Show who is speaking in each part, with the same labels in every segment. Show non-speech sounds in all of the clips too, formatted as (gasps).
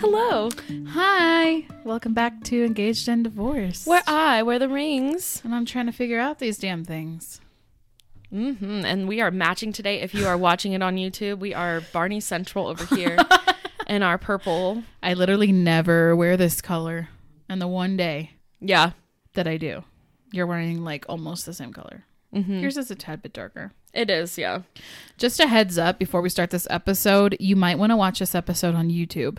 Speaker 1: Hello.
Speaker 2: Hi. Welcome back to Engaged and Divorced.
Speaker 1: We're I wear the rings.
Speaker 2: and I'm trying to figure out these damn things.
Speaker 1: hmm And we are matching today. If you are watching it on YouTube, we are Barney Central over (laughs) here in our purple.
Speaker 2: I literally never wear this color. And the one day
Speaker 1: Yeah.
Speaker 2: that I do, you're wearing like almost the same color.
Speaker 1: Mhm.
Speaker 2: Yours is a tad bit darker.
Speaker 1: It is. Yeah.
Speaker 2: Just a heads up before we start this episode, you might want to watch this episode on YouTube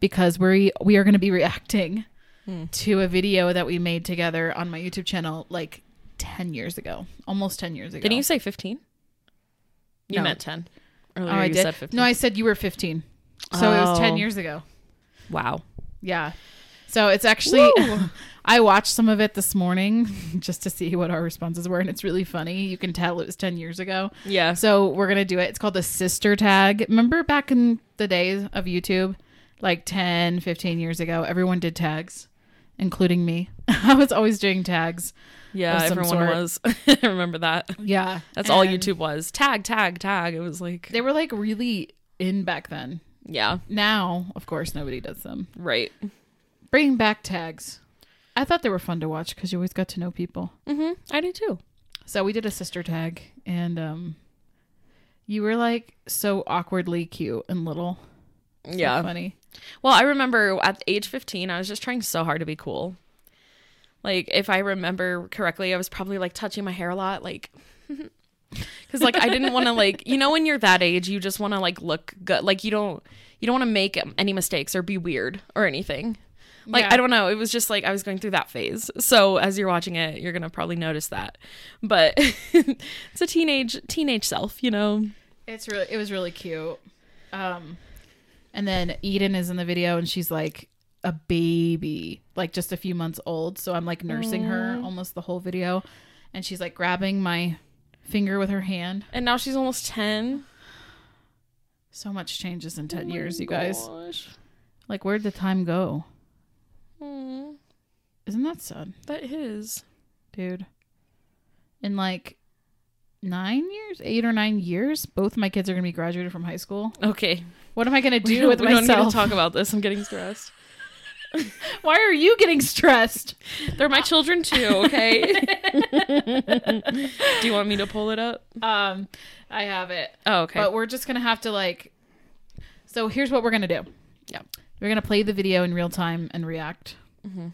Speaker 2: because we we are going to be reacting
Speaker 1: Hmm.
Speaker 2: to a video that we made together on my YouTube channel like 10 years ago, almost 10 years ago.
Speaker 1: Didn't you say 15? You
Speaker 2: No.
Speaker 1: meant 10.
Speaker 2: Oh,
Speaker 1: Earlier
Speaker 2: I
Speaker 1: you
Speaker 2: did.
Speaker 1: said 15.
Speaker 2: No, I said you were 15. So it was 10
Speaker 1: Oh.
Speaker 2: years ago.
Speaker 1: wow.
Speaker 2: Yeah. So it's actually (laughs) I watched some of it this morning (laughs) just to see what our responses were and it's really funny. You can tell it was 10 years ago.
Speaker 1: Yeah.
Speaker 2: So we're going to do it. It's called the sister tag. Remember back in the days of YouTube like 10, 15 years ago, everyone did tags, including me. (laughs) I was always doing tags.
Speaker 1: yeah.
Speaker 2: of some
Speaker 1: Everyone
Speaker 2: sort.
Speaker 1: was. (laughs) I remember that.
Speaker 2: Yeah.
Speaker 1: That's all
Speaker 2: And
Speaker 1: YouTube was. Tag, tag, tag. It was like,
Speaker 2: They were like really in back then.
Speaker 1: yeah,
Speaker 2: Now, of course, nobody does them.
Speaker 1: right.
Speaker 2: Bringing back tags. I thought they were fun to watch because you always got to know people.
Speaker 1: Mm-hmm. I do too.
Speaker 2: So we did a sister tag, and um, you were like so awkwardly cute and little. So
Speaker 1: Yeah.
Speaker 2: funny.
Speaker 1: Well, I remember at age 15, I was just trying so hard to be cool. Like, if I remember correctly, I was probably like touching my hair a lot, like, (laughs) because like I didn't want to like you know when you're that age, you just want to like look good, like you don't you don't want to make any mistakes or be weird or anything. Like
Speaker 2: Yeah.
Speaker 1: I don't know, it was just like I was going through that phase. So as you're watching it, you're gonna probably notice that, but (laughs) it's a teenage teenage self, you know.
Speaker 2: It's really it was really cute. Um, and then Eden is in the video, and she's like a baby, like just a few months old. So I'm like nursing her almost the whole video, and she's like grabbing my finger with her hand.
Speaker 1: And now she's almost ten.
Speaker 2: So much changes in ten years, you guys.
Speaker 1: Gosh.
Speaker 2: Like, where'd the time go?
Speaker 1: Mm,
Speaker 2: Isn't that sad?
Speaker 1: that is.
Speaker 2: dude. In like nine years, eight or nine years, both my kids are gonna be graduated from high school.
Speaker 1: Okay,
Speaker 2: What am I gonna
Speaker 1: (laughs) We
Speaker 2: do
Speaker 1: don't-
Speaker 2: with
Speaker 1: we don't need to
Speaker 2: myself?
Speaker 1: talk about this. I'm getting stressed.
Speaker 2: (laughs) Why are you getting stressed?
Speaker 1: They're my children too. (laughs) Okay. Do you want me to pull it up?
Speaker 2: Um, I have it,
Speaker 1: Oh, okay.
Speaker 2: but we're just gonna have to like. So here's what we're gonna do.
Speaker 1: Yeah.
Speaker 2: we're gonna play the video in real time and react.
Speaker 1: Mm-hmm.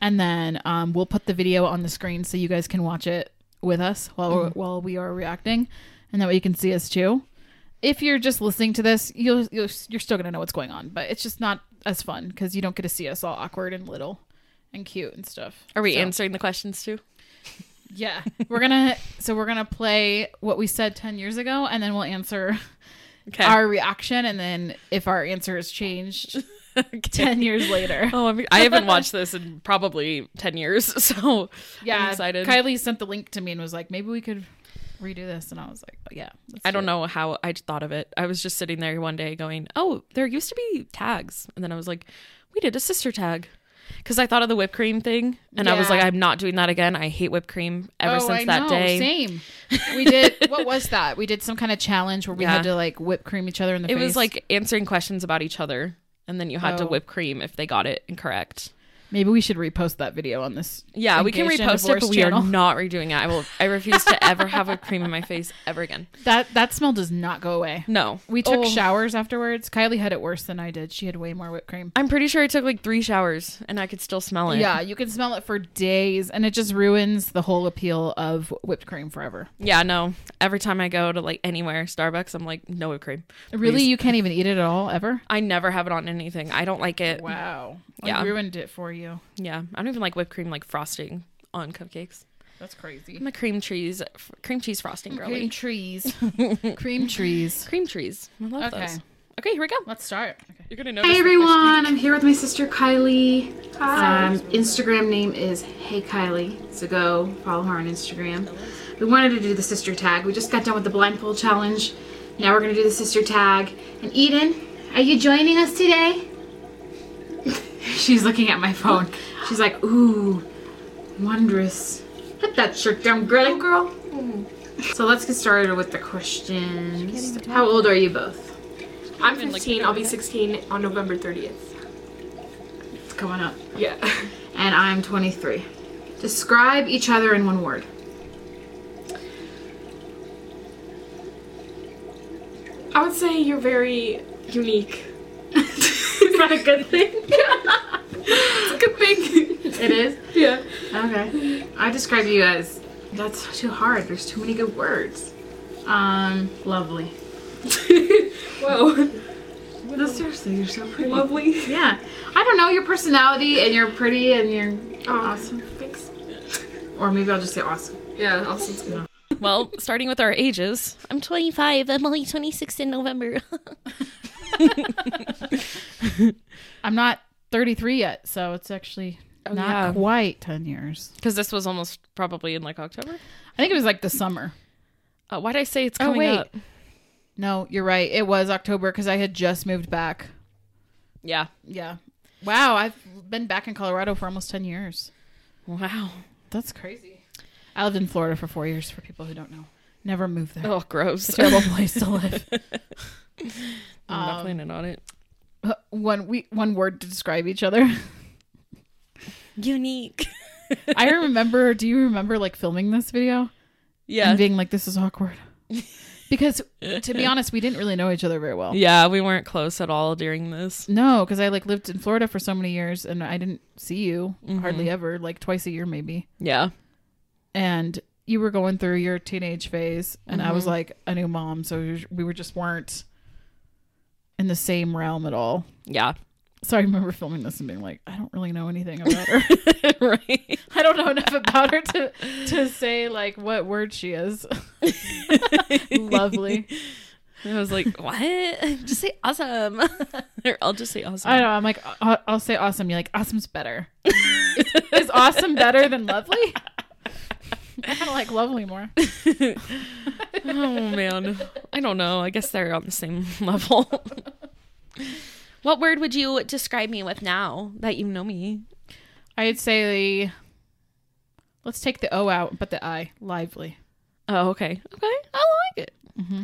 Speaker 2: And then um, we'll put the video on the screen so you guys can watch it with us while we're,
Speaker 1: Mm-hmm.
Speaker 2: while we are reacting, and that way you can see us too. If you're just listening to this, you'll, you'll you're still gonna know what's going on, but it's just not as fun because you don't get to see us all awkward and little and cute and stuff.
Speaker 1: Are we
Speaker 2: So-
Speaker 1: answering the questions too?
Speaker 2: Yeah, we're gonna so we're gonna play what we said ten years ago, and then we'll answer
Speaker 1: Okay. (laughs)
Speaker 2: our reaction, and then if our answer has changed ten years later.
Speaker 1: (laughs) oh, I'm, I haven't watched this in probably ten years, (laughs) so
Speaker 2: yeah,
Speaker 1: I'm excited.
Speaker 2: Kylie sent the link to me and was like, maybe we could redo this, and I was like, "Oh, yeah, let's
Speaker 1: I
Speaker 2: do
Speaker 1: don't
Speaker 2: it.
Speaker 1: know how I thought of it. I was just sitting there one day going, "Oh, there used to be tags," and then I was like, "We did a sister tag." Because I thought of the whipped cream thing, and I was
Speaker 2: Yeah.
Speaker 1: like, "I'm not doing that again. I hate whipped cream ever
Speaker 2: Oh,
Speaker 1: since
Speaker 2: I
Speaker 1: that
Speaker 2: know.
Speaker 1: day." (laughs)
Speaker 2: Same. We did. What was that? We did some kind of challenge where we
Speaker 1: Yeah.
Speaker 2: had to like whip cream each other in the
Speaker 1: It
Speaker 2: face.
Speaker 1: was like answering questions about each other, and then you had to
Speaker 2: Oh.
Speaker 1: whip cream if they got it incorrect.
Speaker 2: maybe we should repost that video on this.
Speaker 1: Yeah, we can
Speaker 2: Engaged and
Speaker 1: repost it, but
Speaker 2: Divorced
Speaker 1: we
Speaker 2: channel.
Speaker 1: are not redoing it. I will. I refuse to ever have whipped cream in my face ever again.
Speaker 2: That that smell does not go away.
Speaker 1: No,
Speaker 2: We took
Speaker 1: Oh,
Speaker 2: showers afterwards. Kylie had it worse than I did. She had way more whipped cream.
Speaker 1: I'm pretty sure I took like three showers, and I could still smell it.
Speaker 2: Yeah, you can smell it for days, and it just ruins the whole appeal of whipped cream forever.
Speaker 1: yeah. No, every time I go to like anywhere, Starbucks, I'm like, no whipped cream.
Speaker 2: Really,
Speaker 1: Please.
Speaker 2: you can't even eat it at all ever.
Speaker 1: I never have it on anything. I don't like it.
Speaker 2: Wow,
Speaker 1: Yeah.
Speaker 2: I ruined it for you.
Speaker 1: Yeah, I don't even like whipped cream like frosting on cupcakes.
Speaker 2: That's crazy.
Speaker 1: I'm a cream cheese, f- cream cheese frosting girly.
Speaker 2: Cream
Speaker 1: Cream,
Speaker 2: trees, (laughs) cream trees.
Speaker 1: trees. I love
Speaker 2: Okay.
Speaker 1: those. Okay, here we go.
Speaker 2: Let's start. Okay.
Speaker 1: You're gonna notice.
Speaker 2: Hey
Speaker 1: the
Speaker 2: everyone, I'm here with my sister Kylie. Hi. Um, Instagram name is Hey Kylie, so go follow her on Instagram. We wanted to do the sister tag. We just got done with the blindfold challenge. Now we're gonna do the sister tag. And Eden, are you joining us today? (laughs) She's looking at my phone. She's like, ooh, wondrous. Put that shirt down, girl. girl. So let's get started with the questions. How old are you both?
Speaker 3: I'm
Speaker 1: even looked
Speaker 3: 15.
Speaker 1: at
Speaker 3: I'll
Speaker 1: it
Speaker 3: be
Speaker 1: yet.
Speaker 3: 16 on November 30th.
Speaker 4: It's coming up.
Speaker 3: Yeah.
Speaker 4: And I'm 23. Describe each other in one
Speaker 3: (laughs)
Speaker 4: word.
Speaker 3: (laughs) I would say you're very
Speaker 1: (laughs)
Speaker 3: unique.
Speaker 4: Is that a good
Speaker 3: (laughs)
Speaker 4: thing?
Speaker 3: It's a
Speaker 1: (laughs)
Speaker 3: good thing.
Speaker 4: it is.
Speaker 3: yeah.
Speaker 4: Okay. I describe you as that's too hard. There's too many good words. Um, lovely.
Speaker 3: (laughs) Whoa.
Speaker 4: No, seriously, you're so pretty.
Speaker 3: Lovely.
Speaker 4: Yeah. I don't know your personality and you're pretty and you're
Speaker 3: Awesome. Thanks.
Speaker 4: or maybe I'll just say awesome.
Speaker 3: Yeah, Austin's good.
Speaker 1: Well, starting with our ages, I'm 25. I'm only 26 in November.
Speaker 2: I'm not 33 yet, so it's actually
Speaker 3: Oh,
Speaker 2: not
Speaker 1: yeah.
Speaker 2: quite 10 years.
Speaker 1: Because this was almost probably in like October.
Speaker 2: I think it was like the summer.
Speaker 1: Uh, why did I say it's
Speaker 2: Oh,
Speaker 1: coming
Speaker 2: wait.
Speaker 1: up?
Speaker 2: No, you're right. It was October because I had just moved back.
Speaker 1: Yeah.
Speaker 2: Yeah. Wow, I've been back in Colorado for almost 10 years.
Speaker 1: Wow.
Speaker 3: (laughs)
Speaker 2: That's crazy. I lived in Florida for four years for people who don't know. Never moved there.
Speaker 1: Oh, gross.
Speaker 2: (laughs) It's a terrible place to
Speaker 1: (laughs)
Speaker 2: live. (laughs)
Speaker 1: I'm not
Speaker 3: Um,
Speaker 1: planning on it.
Speaker 2: Uh, one we one word to describe each other.
Speaker 1: Unique.
Speaker 2: (laughs) I remember. Do you remember like filming this video
Speaker 1: (laughs) Yeah.
Speaker 2: and being like, "This is (laughs) awkward," because to (laughs) be honest, we didn't really know each other very well.
Speaker 1: Yeah, we weren't close at all during this.
Speaker 2: No, because I like lived in Florida for so many years and I didn't see you hardly ever, like twice a year maybe.
Speaker 1: Yeah.
Speaker 2: And you were going through your teenage phase, and I was like a new mom, so we were- we were just weren't in the same realm at all.
Speaker 1: Yeah. (laughs)
Speaker 2: So I remember filming this and being like, I don't really know anything about her. (laughs)
Speaker 3: (laughs)
Speaker 1: right.
Speaker 2: I don't know enough about her to to say like what word she is. Lovely.
Speaker 1: I was like, what? (laughs) Just say awesome. (laughs) or I'll just say awesome.
Speaker 2: I know. I'm like, I'll, I'll say awesome. You're like, awesome's better. is, is awesome better than lovely? I kind of like lovely more.
Speaker 1: (laughs) oh man. I don't know. I guess they're on the same (laughs) level. what word would you describe me with now that you know me?
Speaker 2: I'd say the. Let's take the O out, but the I lively.
Speaker 1: Oh, okay. Okay. I like
Speaker 2: Mm-hmm.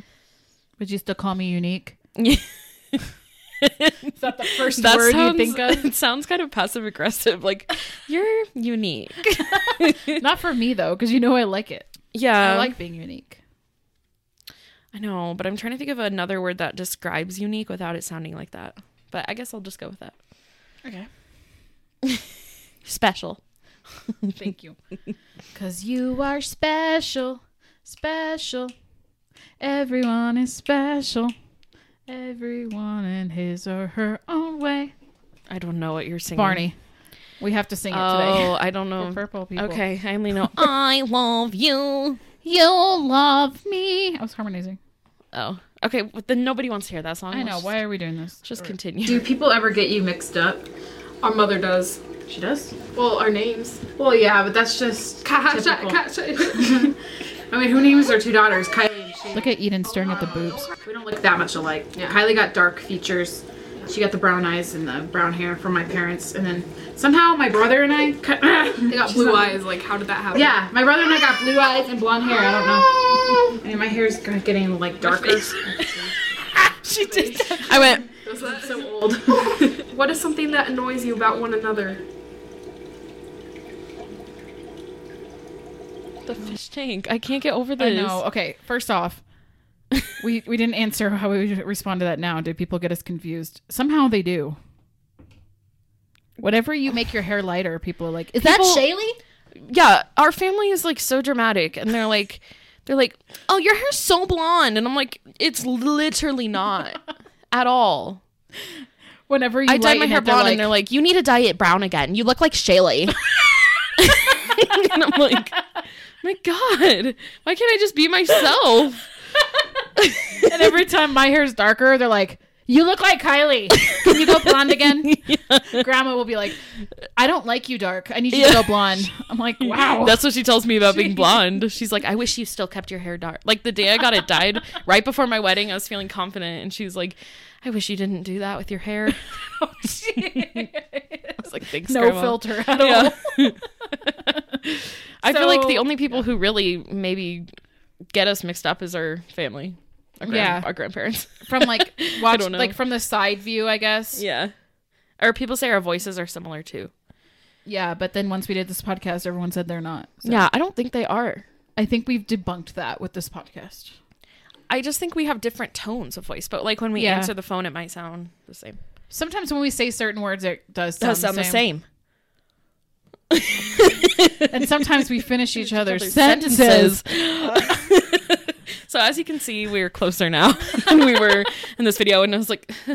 Speaker 2: Would you still call me unique?
Speaker 1: it. (laughs)
Speaker 2: Is that (laughs) the first
Speaker 1: that
Speaker 2: word
Speaker 1: sounds,
Speaker 2: you think of?
Speaker 1: it sounds kind of (laughs) passive aggressive. Like, (laughs) you're unique.
Speaker 2: (laughs) Not for me though, because you know I like it.
Speaker 1: Yeah.
Speaker 2: I like being unique.
Speaker 1: I know, but I'm trying to think of another word that describes unique without it sounding like that. But I guess I'll just go with that.
Speaker 2: Okay,
Speaker 1: Special.
Speaker 2: (laughs) thank (laughs) you. Cause you are special, special. Everyone is special. Everyone in his or her own way.
Speaker 1: I don't know what you're singing.
Speaker 2: Barney, we have to sing it
Speaker 1: Oh,
Speaker 2: today.
Speaker 1: I don't (laughs) know.
Speaker 2: For purple people.
Speaker 1: Okay, I only know I love you.
Speaker 2: (laughs) You'll love me. I was harmonizing.
Speaker 1: Oh, okay. But then nobody wants to hear that song.
Speaker 2: I know.
Speaker 1: Let's
Speaker 2: Why are we doing this?
Speaker 1: Just
Speaker 2: Or-
Speaker 1: continue. (laughs)
Speaker 4: Do people ever get you mixed up?
Speaker 3: Our mother does.
Speaker 4: She does.
Speaker 3: Well, our names.
Speaker 4: Well, yeah, but that's
Speaker 3: (laughs)
Speaker 4: just typical.
Speaker 3: Kasha.
Speaker 4: (laughs) I mean, who names their two daughters? Kylie and Shane.
Speaker 2: Look at Eden staring at the boobs.
Speaker 4: We don't look that much alike. Yeah, Kylie got dark features. She got the brown eyes and the brown hair from my parents, and then somehow my brother and
Speaker 3: (laughs)
Speaker 4: I (laughs)
Speaker 3: They got blue eyes. Like, how did that (laughs) happen?
Speaker 4: Yeah, my brother and I got blue eyes and blonde hair. I don't know.
Speaker 3: (laughs)
Speaker 4: I mean, my hair's kind of getting like darker.
Speaker 1: she did. I went.
Speaker 3: Is that
Speaker 4: so
Speaker 3: so-
Speaker 4: old.
Speaker 3: (laughs) what is something that annoys you about one another?
Speaker 1: The fish tank. I can't get over this.
Speaker 2: I know. Okay, first off, we we didn't answer how we would respond to that. Now, did people get us confused? Somehow they do. Whatever you make your hair lighter, people are like, "Is
Speaker 1: People-
Speaker 2: that Shaylee?"
Speaker 1: Yeah, our family is like so dramatic, and they're like, they're like, oh, your hair's so blonde, and I'm like, it's literally (laughs) not at all.
Speaker 2: Whenever you
Speaker 1: I dyed my
Speaker 2: lighten
Speaker 1: hair
Speaker 2: it, they're
Speaker 1: blonde, and they're like, "You need to dye it brown again. You look like Shaylee." (laughs) and I'm like, "My God, why can't I just be myself?" (laughs)
Speaker 2: and every time my hair's darker, they're like, "You look like Kylie. Can you go
Speaker 1: (laughs)
Speaker 2: blonde again?" Grandma will be like, "I don't like you dark. I need you to
Speaker 1: Yeah.
Speaker 2: go blonde."
Speaker 1: (laughs)
Speaker 2: I'm like, "Wow." (laughs)
Speaker 1: That's what she tells me about being blonde. (laughs) She's like, "I wish you still kept your hair dark." Like the day I got it (laughs) dyed, right before my wedding, I was feeling confident, and she's like, "I wish you didn't do that with your hair." I was like, "Thanks,
Speaker 2: no
Speaker 1: Grandma."
Speaker 2: filter at all.
Speaker 1: Yeah. I feel like
Speaker 2: So-
Speaker 1: the only people who really maybe get us mixed up is our family. Our grand-
Speaker 2: Yeah.
Speaker 1: our grandparents.
Speaker 2: (laughs)
Speaker 1: (laughs)
Speaker 2: From like watch
Speaker 1: don't know.
Speaker 2: like from the side view, I guess.
Speaker 1: yeah. Or people say our voices are similar too.
Speaker 2: Yeah, but then once we did this podcast, everyone said they're not. So
Speaker 1: Yeah, I don't think they are.
Speaker 2: I think we've debunked that with this podcast.
Speaker 1: I just think we have different tones of voice, but like when we
Speaker 2: Yeah.
Speaker 1: answer the phone, it might sound the same.
Speaker 2: Sometimes when we say certain words, it does sound,
Speaker 1: Does sound the same.
Speaker 2: And sometimes we finish (laughs) each other's
Speaker 1: Other
Speaker 2: sentences.
Speaker 1: (laughs) so as you can see, we're closer now (laughs) than we were in this video, and I was like, (laughs)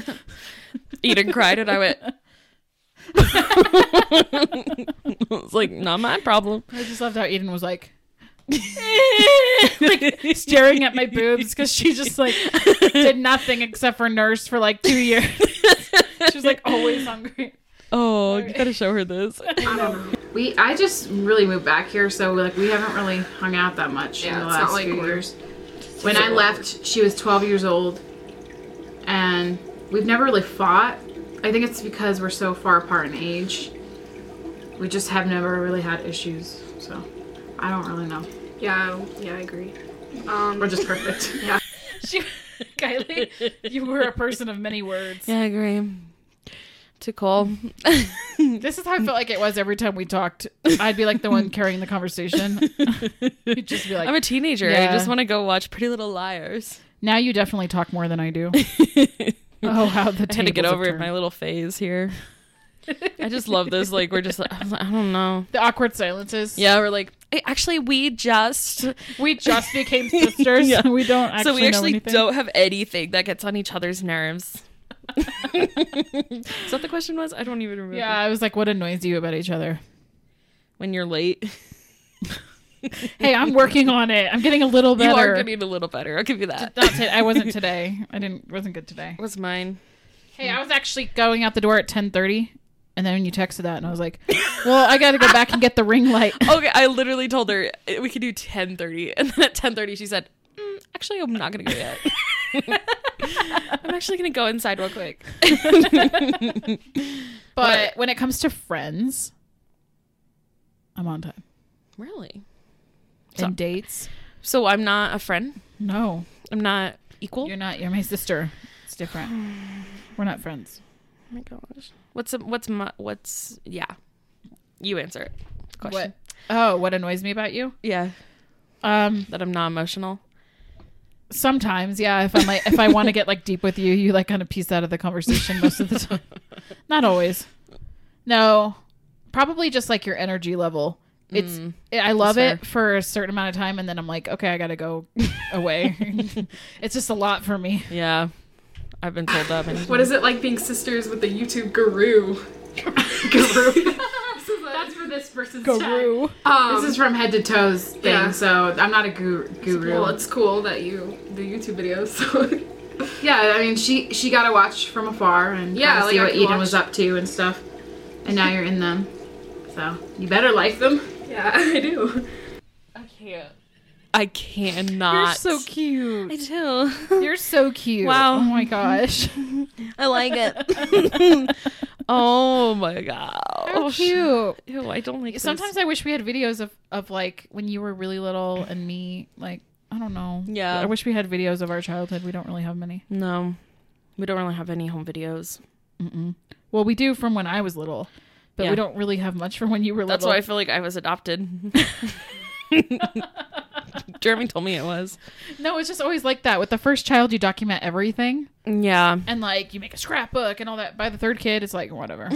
Speaker 1: Eden cried, and I went. (laughs) it's like not my problem. (laughs)
Speaker 2: I just loved how Eden was like, like staring (laughs) at my boobs because she just like (laughs) did nothing except for nurse for (laughs) like two years. she was like always hungry.
Speaker 1: Oh, you gotta show her this.
Speaker 4: We I just really moved back here, so like we haven't really hung out that much
Speaker 3: Yeah,
Speaker 4: in the
Speaker 3: it's not
Speaker 4: last
Speaker 3: like
Speaker 4: few
Speaker 3: we're-
Speaker 4: years. When I left, she was 12 years old, and we've never really fought. I think it's because we're so far apart in age. We just have never really had issues, so I don't really know.
Speaker 3: Yeah, yeah, I agree. Um,
Speaker 4: We're just perfect. (laughs)
Speaker 3: yeah.
Speaker 2: (laughs) She, Kylie, (laughs) you were a person of many words.
Speaker 1: Yeah, I agree. To
Speaker 2: (laughs)
Speaker 1: call.
Speaker 2: This is how I felt like it was every time we talked. I'd be like the one carrying the conversation.
Speaker 4: (laughs)
Speaker 2: You'd just be
Speaker 1: (laughs)
Speaker 2: like,
Speaker 1: I'm a teenager. I
Speaker 2: Yeah.
Speaker 1: just want to go watch Pretty Little
Speaker 2: (laughs)
Speaker 1: Liars.
Speaker 2: now you definitely talk more than
Speaker 4: (laughs)
Speaker 2: I do. Oh, how
Speaker 1: I had
Speaker 2: the
Speaker 1: to get
Speaker 2: tables have
Speaker 1: over it,
Speaker 2: turned.
Speaker 1: my little phase
Speaker 2: (laughs)
Speaker 1: here. I just love this. Like we're just, like, I was like, I don't know.
Speaker 2: the awkward silences.
Speaker 1: Yeah, we're like, "Hey, actually, we just
Speaker 2: (laughs) we just
Speaker 1: (laughs)
Speaker 2: became sisters.
Speaker 1: Yeah.
Speaker 2: We don't actually
Speaker 1: so we
Speaker 2: know
Speaker 1: actually
Speaker 2: anything.
Speaker 1: don't have anything that gets on each other's
Speaker 2: (laughs)
Speaker 1: nerves. Is that the question was? I don't even remember.
Speaker 2: Yeah, I was like, what annoys you about each other?
Speaker 1: When you're late,
Speaker 2: Hey, I'm working on it. I'm getting a
Speaker 1: (laughs)
Speaker 2: little
Speaker 1: you
Speaker 2: better.
Speaker 1: are getting a little better. I'll give you that.
Speaker 2: That's it.
Speaker 1: (laughs)
Speaker 2: I wasn't today. I didn't wasn't good today.
Speaker 1: was mine.
Speaker 2: Hey, I was actually going out the door at 10:30 and then you texted that and I was like, "Well, I got to go back and get the ring (laughs) light."
Speaker 1: Okay, I literally told her "Eh, we could do 10:30, (laughs) and then at 10:30 she said, mm, "Actually, I'm not gonna go (laughs) yet. I'm actually gonna go inside real (laughs) quick."
Speaker 2: But when it comes to friends, I'm on time.
Speaker 1: really? So-
Speaker 2: And dates?
Speaker 1: So I'm not a friend.
Speaker 2: No.
Speaker 1: I'm not equal.
Speaker 2: You're not. You're my sister. It's different. We're not friends.
Speaker 1: Oh my gosh. What's what's my what's yeah? You answer it. The question.
Speaker 2: What? Oh, what annoys me about you?
Speaker 1: Yeah,
Speaker 2: Um,
Speaker 1: that I'm not emotional.
Speaker 2: sometimes, yeah. If I'm like, if I want to get like deep with you, you like kind of piece out of the conversation most of the time. (laughs) Not always. No, probably just like your energy level. It's
Speaker 3: Mm.
Speaker 2: I love
Speaker 1: that's
Speaker 2: it for a certain amount of time, and then I'm like, okay, I gotta go away.
Speaker 3: (laughs)
Speaker 2: (laughs) it's just a lot for me.
Speaker 1: Yeah, I've been told that. Many
Speaker 3: What is it like being sisters with the YouTube guru?
Speaker 4: (laughs)
Speaker 3: guru.
Speaker 4: That's for this person's
Speaker 2: Guru.
Speaker 3: um,
Speaker 4: This is from head to toes thing,
Speaker 3: Yeah.
Speaker 4: so I'm not a guru. guru.
Speaker 3: well, it's cool that you do YouTube videos. (laughs) So.
Speaker 4: Yeah, I mean, she she got to watch from afar and
Speaker 3: Yeah,
Speaker 4: yeah,
Speaker 3: like,
Speaker 4: see
Speaker 3: I
Speaker 4: what
Speaker 3: can
Speaker 4: Eden
Speaker 3: watch-
Speaker 4: was up to and stuff. And now you're in them, so you better like them.
Speaker 3: yeah, (laughs) I do.
Speaker 1: I can't. I
Speaker 2: You're
Speaker 1: cannot.
Speaker 2: so cute.
Speaker 1: I do.
Speaker 2: You're so cute.
Speaker 1: Wow.
Speaker 2: Oh my (laughs) gosh.
Speaker 1: I like it. (laughs) oh my god.
Speaker 2: How cute.
Speaker 1: Ew, I don't like. this.
Speaker 2: Oh, Sometimes I wish we had videos of, of like when you were really little and me like I don't know.
Speaker 1: Yeah.
Speaker 2: I wish we had videos of our childhood. We don't really have many.
Speaker 1: no, we don't really have any home videos.
Speaker 2: Well, we do from when I was little, but
Speaker 1: Yeah.
Speaker 2: we don't really have much from when you were
Speaker 1: That's why I
Speaker 2: little.
Speaker 1: feel like I was (laughs) adopted. Jeremy told me it was.
Speaker 2: No, it's just always like that. With the first child, you document everything,
Speaker 1: Yeah.
Speaker 2: and like you make a scrapbook and all that. By the third kid, it's like whatever.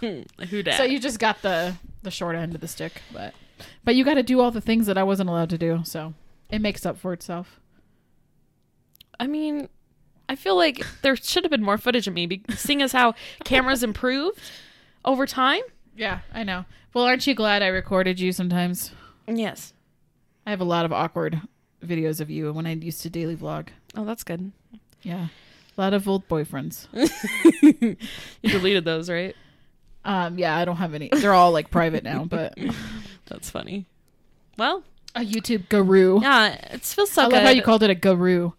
Speaker 1: Who dat?
Speaker 2: so you just got the the short end of the stick, but but you got to do all the things that I wasn't allowed to do. So it makes up for itself.
Speaker 1: I mean, I feel like there should have been more footage of me, be- seeing as how cameras improved over time.
Speaker 2: Yeah, I know. Well, aren't you glad I recorded you sometimes?
Speaker 1: Yes.
Speaker 2: I have a lot of awkward videos of you when I used to daily vlog.
Speaker 1: Oh, that's good. (laughs)
Speaker 2: Yeah. A lot of old boyfriends.
Speaker 1: you deleted those, right?
Speaker 2: Um, yeah, I don't have any. They're all like private now, but (laughs)
Speaker 1: That's funny. Well,
Speaker 2: a YouTube guru.
Speaker 1: yeah, it feels so
Speaker 2: I
Speaker 1: good.
Speaker 2: love how you called it a guru.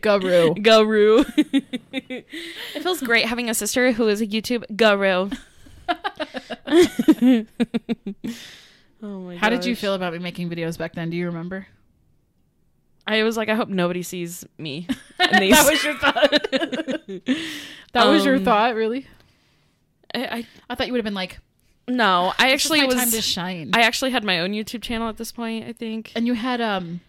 Speaker 1: (laughs)
Speaker 2: guru.
Speaker 1: guru. it feels great having a sister who is a YouTube (laughs) guru. oh my
Speaker 2: How did you
Speaker 1: gosh. Oh
Speaker 2: feel about me making videos back then? Do you remember?
Speaker 1: I was like, I hope nobody sees (laughs) me. And these.
Speaker 2: (laughs) That was your
Speaker 1: (laughs) thought.
Speaker 2: That was your
Speaker 1: Um,
Speaker 2: thought, really?
Speaker 1: I, I
Speaker 2: I thought you would have been like,
Speaker 1: no, I
Speaker 2: "This is
Speaker 1: actually
Speaker 2: my
Speaker 1: was.
Speaker 2: time to shine.
Speaker 1: I actually had my own YouTube channel at this point. I think.
Speaker 2: and you had um,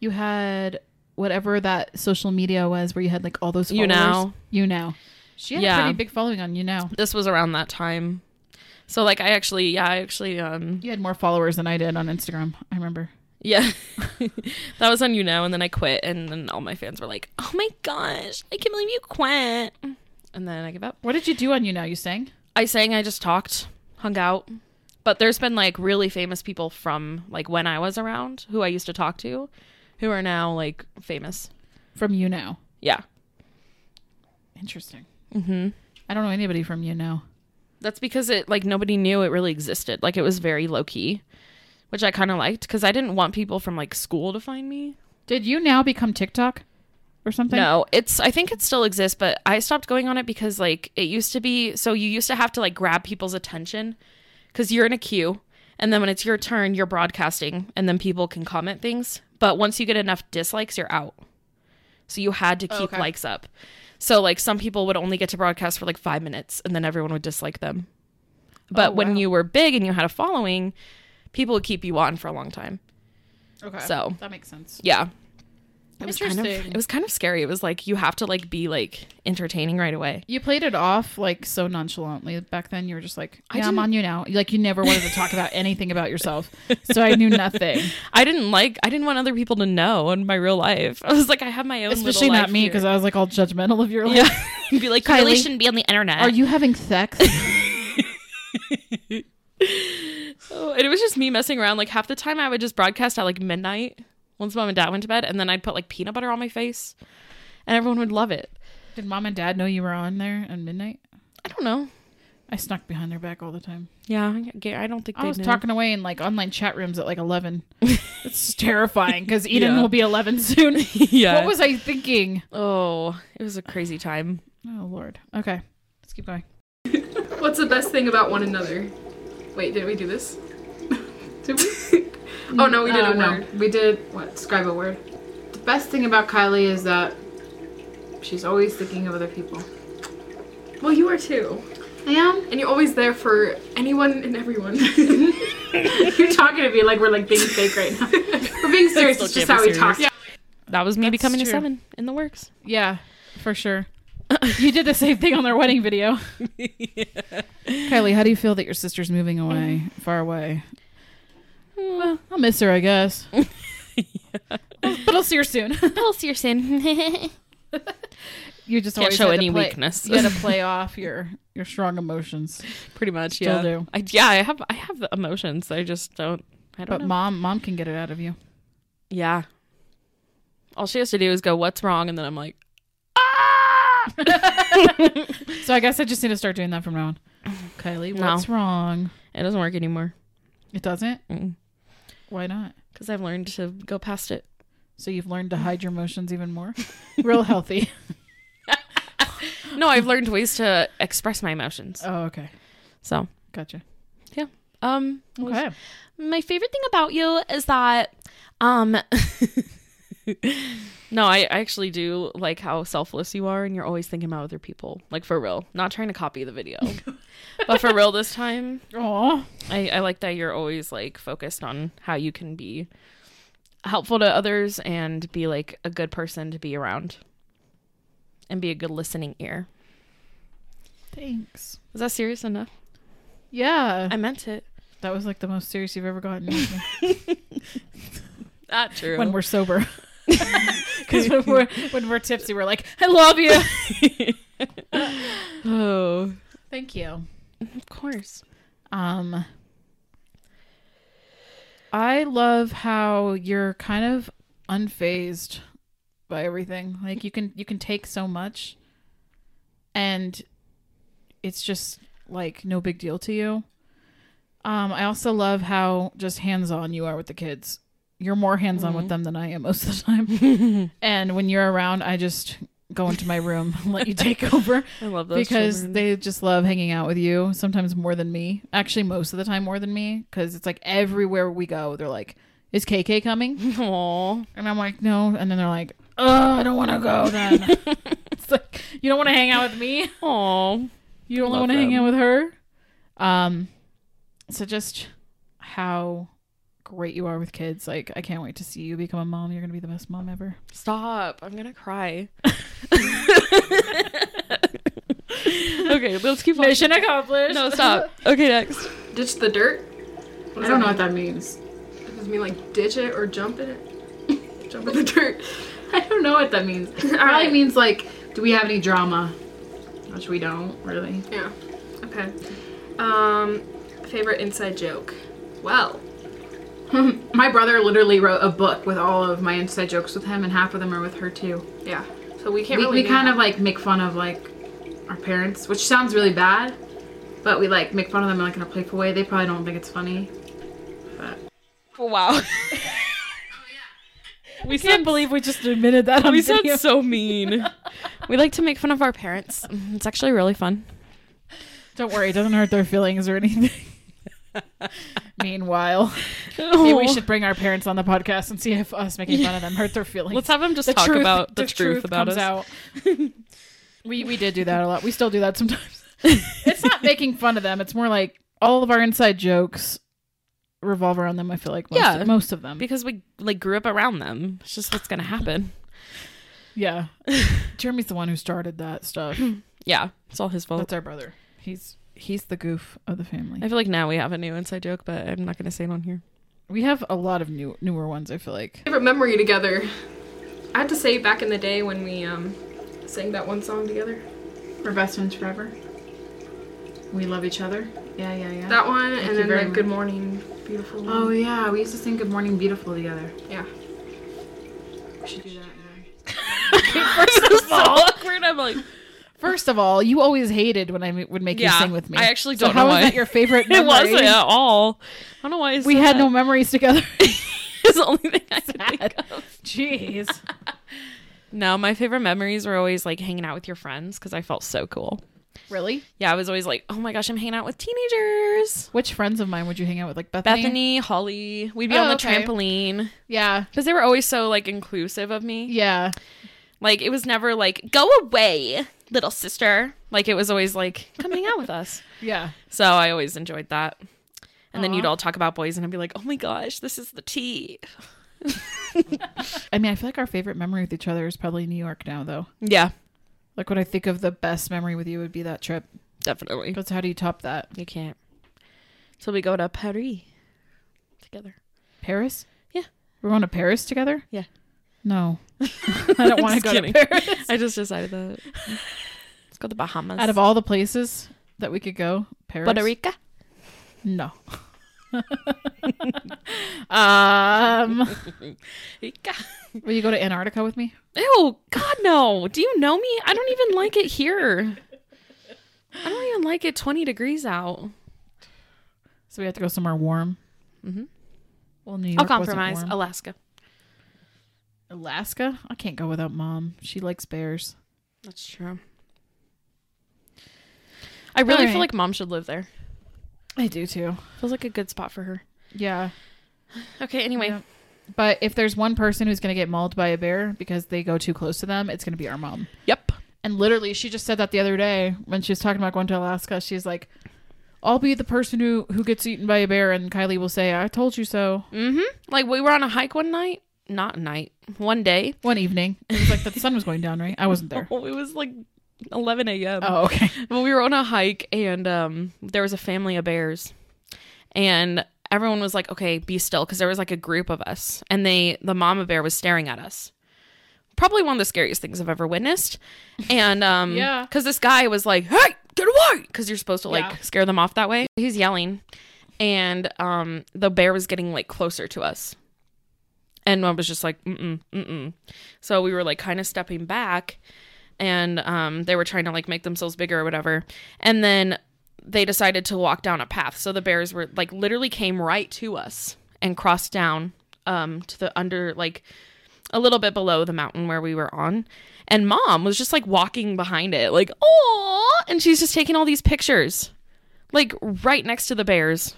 Speaker 2: you had whatever that social media was where you had like all those. Followers.
Speaker 1: You Now.
Speaker 2: you now. She had
Speaker 1: Yeah.
Speaker 2: a pretty big following on you now.
Speaker 1: This was around that time. So like I actually yeah, I actually um
Speaker 2: You had more followers than I did on Instagram. I remember.
Speaker 1: yeah. (laughs) that was on you now and then I quit and then all my fans were like, "Oh my gosh, I can't believe you quit." And then I gave up.
Speaker 2: What did you do on you now? You sang.
Speaker 1: I sang, I just talked, hung out. But there's been like really famous people from like when I was around who I used to talk to who are now like famous.
Speaker 2: from you now.
Speaker 1: Yeah.
Speaker 2: Interesting.
Speaker 1: Mhm.
Speaker 2: I don't know anybody from you now.
Speaker 1: That's because it like nobody knew it really existed. Like it was very low key, which I kind of liked cuz I didn't want people from like school to find me.
Speaker 2: Did you now become TikTok or something?
Speaker 1: No, it's I think it still exists, but I stopped going on it because like it used to be so you used to have to like grab people's attention cuz you're in a queue and then when it's your turn, you're broadcasting and then people can comment things, but once you get enough dislikes, you're out. So you had to keep
Speaker 3: okay.
Speaker 1: likes up. So like some people would only get to broadcast for like 5 minutes and then everyone would dislike them. But when you were big and you had a following, people would keep you on for a long time.
Speaker 2: Okay.
Speaker 1: So.
Speaker 2: that makes sense.
Speaker 1: Yeah. It was kind of
Speaker 2: Interesting.
Speaker 1: it was kind of scary. It was like you have to like be like entertaining right away.
Speaker 2: You played it off like so nonchalantly back then. You were just like,
Speaker 1: I
Speaker 2: "Yeah, I'm
Speaker 1: didn't-
Speaker 2: on you now." Like you never wanted to
Speaker 1: (laughs)
Speaker 2: talk about anything about yourself, so I knew nothing.
Speaker 1: I didn't like I didn't want other people to know in my real life. I was like I have my own little
Speaker 2: Especially not
Speaker 1: life
Speaker 2: me
Speaker 1: here.
Speaker 2: because I was like all judgmental of your life.
Speaker 1: (laughs) yeah. be like Kylie,
Speaker 2: Kylie,
Speaker 1: shouldn't be on the internet.
Speaker 2: Are you
Speaker 1: (laughs)
Speaker 2: having sex?
Speaker 1: Oh, and it was just me messing around. Like half the time I would just broadcast at like midnight once mom and dad went to bed and then I'd put like peanut butter on my face and everyone would love it.
Speaker 2: Did mom and dad know you were on there at midnight?
Speaker 1: I don't know.
Speaker 2: I snuck behind their back all the time.
Speaker 1: Yeah, I g- I don't think
Speaker 2: I
Speaker 1: they
Speaker 2: was
Speaker 1: knew. (laughs)
Speaker 2: talking away in like online chat rooms at like eleven. it's terrifying because Eden
Speaker 1: Yeah.
Speaker 2: will be eleven soon.
Speaker 1: yeah.
Speaker 2: (laughs) What was I thinking?
Speaker 1: Oh, it was a crazy time.
Speaker 2: Oh lord. Okay. Let's keep going.
Speaker 3: What's the best thing about one another? Wait, did we do this? (laughs) did we? Oh no, we did
Speaker 4: No,
Speaker 3: a
Speaker 4: Uh, no.
Speaker 3: word.
Speaker 4: We did what? Describe a word. The best thing about Kylie is that she's always thinking of other people.
Speaker 3: Well, you are too,
Speaker 4: I am.
Speaker 3: and you're always there for anyone and everyone. (laughs)
Speaker 4: You're talking to me like we're like being fake right (laughs) now. We're being serious.
Speaker 1: Still
Speaker 4: it's just
Speaker 1: can't
Speaker 4: how
Speaker 1: be
Speaker 4: we talk.
Speaker 1: serious. That was me
Speaker 2: That's
Speaker 1: becoming a
Speaker 2: true.
Speaker 1: seven in the works.
Speaker 2: Yeah, for sure. (laughs) you did the same thing on their
Speaker 1: (laughs)
Speaker 2: wedding video. (laughs) Kylie, how do you feel that your sister's moving away,
Speaker 1: Mm.
Speaker 2: far away? Well, I'll miss her,
Speaker 1: (laughs)
Speaker 2: I guess. But I'll see her soon. (laughs)
Speaker 1: Bill (laughs) Searson.
Speaker 2: You just
Speaker 1: Can't
Speaker 2: always
Speaker 1: show
Speaker 2: had to
Speaker 1: any
Speaker 2: play-
Speaker 1: weakness.
Speaker 2: You had to
Speaker 1: (laughs)
Speaker 2: play off your your strong emotions.
Speaker 1: Pretty much,
Speaker 2: Still
Speaker 1: yeah.
Speaker 2: do.
Speaker 1: I, yeah, I have I have the emotions. I just don't. I don't
Speaker 2: But
Speaker 1: know.
Speaker 2: mom, mom can get it out
Speaker 1: (laughs)
Speaker 2: of you.
Speaker 1: yeah. All she has to do is go, "What's wrong?" and then I'm like,
Speaker 2: So I guess I just need to start doing that from now on. Kylie,
Speaker 1: No.
Speaker 2: what's wrong?
Speaker 1: "It doesn't work anymore."
Speaker 2: It doesn't.
Speaker 1: Mm.
Speaker 2: Why not?
Speaker 1: Because I've learned to go past it. (gasps)
Speaker 2: So you've learned to hide your emotions even more. (laughs) Real healthy.
Speaker 1: No, I've learned ways to express my emotions.
Speaker 2: Oh, okay.
Speaker 1: So,
Speaker 2: Gotcha.
Speaker 1: um,
Speaker 2: Okay.
Speaker 1: my favorite thing about you is that, um. (laughs) No, I, I actually do like how selfless you are, and you're always thinking about other people. Like for real, not trying to copy the
Speaker 2: (laughs)
Speaker 1: video, but for real this time,
Speaker 2: Aw.
Speaker 1: I, I like that you're always like focused on how you can be helpful to others and be like a good person to be around and be a good listening ear.
Speaker 2: Thanks.
Speaker 1: Was that serious enough?
Speaker 2: Yeah.
Speaker 1: I meant it.
Speaker 2: that was like the most serious you've ever (laughs) gotten
Speaker 1: Not true.
Speaker 2: when we're (laughs) sober. Because (laughs) when we're when we're tipsy, we're like, I love you.
Speaker 1: (laughs) oh,
Speaker 2: Thank you.
Speaker 1: of course.
Speaker 2: Um I love how you're kind of unfazed by everything. Like you can you can take so much and it's just like no big deal to you. Um I also love how just hands-on you are with the kids. You're more hands-on with them than I am most of the time. and when you're around, I just go into my room (laughs) and let you take over
Speaker 1: I love those
Speaker 2: because
Speaker 1: children.
Speaker 2: they just love hanging out with you sometimes more than me actually most of the time more than me because it's like everywhere we go they're like is KK
Speaker 1: (laughs)
Speaker 2: coming?
Speaker 1: Aw.
Speaker 2: And I'm like, no. And then they're like, oh, I don't want to go
Speaker 1: (laughs)
Speaker 2: then. it's like, you don't want to hang out with me?
Speaker 1: Aw.
Speaker 2: You only
Speaker 1: Love
Speaker 2: want to hang
Speaker 1: them.
Speaker 2: out with her? Um, so just how great you are with kids. Like, I can't wait to see you become a mom. You're going to be the best mom ever.
Speaker 1: Stop. I'm going to (laughs) cry. okay, let's keep on.
Speaker 2: Mission accomplished.
Speaker 1: No, stop. (laughs) Okay, next.
Speaker 3: Ditch the dirt.
Speaker 4: I don't know what that means.
Speaker 3: Does it mean like ditch it or jump in it? (laughs) jump in the dirt.
Speaker 4: (laughs) I don't know what that
Speaker 3: (laughs)
Speaker 4: means. It probably
Speaker 3: right.
Speaker 4: means like, do we have any drama? Which we don't really.
Speaker 3: Yeah. Okay. Um, favorite inside joke. Well,
Speaker 4: my brother literally wrote a book with all of my inside jokes with him, and half of them are with her too.
Speaker 3: yeah. So we can't
Speaker 4: We,
Speaker 3: really.
Speaker 4: we kind of like make fun of like our parents, which sounds really bad, but we like make fun of them like in a playful way. They probably don't think it's funny.
Speaker 1: Oh, (laughs) Wow. We
Speaker 2: can't
Speaker 1: sound,
Speaker 2: believe we just admitted that on
Speaker 1: we
Speaker 2: video.
Speaker 1: sound so mean. (laughs) we like to make fun of our parents. It's actually really fun.
Speaker 2: Don't worry, it doesn't hurt their feelings or
Speaker 4: (laughs)
Speaker 2: anything. Meanwhile, maybe
Speaker 1: Oh.
Speaker 2: we should bring our parents on the podcast and see if us making fun of them hurt their feelings.
Speaker 1: Let's have them just talk about the, truth, about us.
Speaker 2: out. (laughs) we we did do that a lot. We still do that
Speaker 1: (laughs)
Speaker 2: sometimes. it's not making fun of them. It's more like all of our inside jokes revolve around them. I feel like most,
Speaker 1: Yeah.
Speaker 2: most of them.
Speaker 1: Because we like grew up around them. It's just what's gonna happen. (laughs)
Speaker 2: Yeah, Jeremy's the one who started
Speaker 1: (clears throat)
Speaker 2: that stuff.
Speaker 1: Yeah, it's all his fault.
Speaker 2: That's our brother. He's he's the goof of the family.
Speaker 1: I feel like now we have a new inside joke, but I'm not gonna say it on here.
Speaker 2: We have a lot of new newer ones. I feel like.
Speaker 3: favorite memory together. I have to say, back in the day when we um sang that one song together,
Speaker 4: We're best friends forever. We love each other. Yeah, yeah, yeah.
Speaker 3: that one,
Speaker 4: Thank
Speaker 3: and
Speaker 4: you
Speaker 3: then
Speaker 4: very
Speaker 3: the Good Morning Beautiful.
Speaker 4: oh
Speaker 3: one.
Speaker 4: yeah, we used to sing "Good Morning Beautiful" together.
Speaker 3: yeah.
Speaker 4: We should do that. yeah.
Speaker 1: (laughs) (laughs) First of all, awkward. I'm like,
Speaker 2: First of all, you always hated when I m- would make
Speaker 1: Yeah,
Speaker 2: you sing with me.
Speaker 1: I actually
Speaker 2: So
Speaker 1: don't know
Speaker 2: How
Speaker 1: why.
Speaker 2: is that your favorite
Speaker 1: (laughs)
Speaker 2: memory?
Speaker 1: it wasn't at all. I don't know why. I
Speaker 2: We
Speaker 1: said
Speaker 2: had no
Speaker 1: that. (laughs)
Speaker 2: memories together.
Speaker 1: It's the only thing I could think
Speaker 2: (laughs) Sad.
Speaker 1: of.
Speaker 2: Jeez.
Speaker 1: (laughs) No, my favorite memories were always like hanging out with your friends because I felt so cool.
Speaker 2: Really?
Speaker 1: Yeah, I was always like, oh my gosh, I'm hanging out with teenagers.
Speaker 2: Which friends of mine would you hang out with? Like Bethany?
Speaker 1: Bethany, Holly, we'd be
Speaker 2: Oh,
Speaker 1: on the
Speaker 2: okay.
Speaker 1: trampoline
Speaker 2: Yeah.
Speaker 1: because they were always so like inclusive of me.
Speaker 2: Yeah.
Speaker 1: Like it was never like go away, little sister. Like it was always like come hang out with us. (laughs)
Speaker 2: Yeah.
Speaker 1: So I always enjoyed that. And then
Speaker 2: Aw.
Speaker 1: you'd all talk about boys, and I'd be like, oh my gosh, this is the tea.
Speaker 2: I mean, I feel like our favorite memory with each other is probably New York now, though.
Speaker 1: Yeah,
Speaker 2: Like, what I think of the best memory with you would be that trip.
Speaker 1: definitely.
Speaker 2: Because how do you top that?
Speaker 1: You can't. So we go to Paris together.
Speaker 2: Paris?
Speaker 1: Yeah.
Speaker 2: We're going to Paris together?
Speaker 1: Yeah. (laughs)
Speaker 2: No. (laughs) I don't want
Speaker 1: Just
Speaker 2: to go
Speaker 1: kidding.
Speaker 2: to Paris.
Speaker 1: (laughs) I just decided that. Let's go to the Bahamas.
Speaker 2: Out of all the places that we could go, Paris.
Speaker 1: Puerto Rico.
Speaker 2: No. (laughs) um,
Speaker 1: Rica.
Speaker 2: will you go to Antarctica with me?
Speaker 1: Ew, God, no. Do you know me? I don't even like it here. I don't even like it 20 degrees out.
Speaker 2: So we have to go somewhere warm.
Speaker 1: Mhm.
Speaker 2: Well, New York.
Speaker 1: I'll
Speaker 2: wasn't
Speaker 1: compromise.
Speaker 2: warm.
Speaker 1: Alaska.
Speaker 2: Alaska? I can't go without mom. She likes bears.
Speaker 1: That's true. I really
Speaker 2: right.
Speaker 1: feel like mom should live there.
Speaker 2: I do too.
Speaker 1: Feels like a good spot for her.
Speaker 2: Yeah.
Speaker 1: Okay, anyway.
Speaker 2: Yeah. But if there's one person who's going to get mauled by a bear because they go too close to them, it's going to be our mom.
Speaker 1: Yep.
Speaker 2: And literally, she just said that the other day when she was talking about going to Alaska. She's like, I'll be the person who, who gets eaten by a bear. And Kylie will say, I told you so.
Speaker 1: Mm-hmm. Like we were on a hike one night. Not night. One day.
Speaker 2: One evening. It was like the sun was going down, right? I
Speaker 1: (laughs)
Speaker 2: wasn't there.
Speaker 1: Well, it was like 11 a.m.
Speaker 2: Oh, okay.
Speaker 1: Well, we were on a hike and um, there was a family of bears. And everyone was like, okay, be still. Because there was like a group of us. And they, the mama bear was staring at us. Probably one of the scariest things I've ever witnessed. And um,
Speaker 2: (laughs) Yeah.
Speaker 1: Because this guy was like, hey, get away. Because you're supposed to like
Speaker 2: Yeah.
Speaker 1: scare them off that way. He's yelling. And um, the bear was getting like closer to us. And I was just like, mm mm, mm mm. So we were like kind of stepping back and um, they were trying to like make themselves bigger or whatever. And then they decided to walk down a path. So the bears were like literally came right to us and crossed down um, to the under like a little bit below the mountain where we were on. And mom was just like walking behind it, like, oh, and she's just taking all these pictures, like right next to the bears.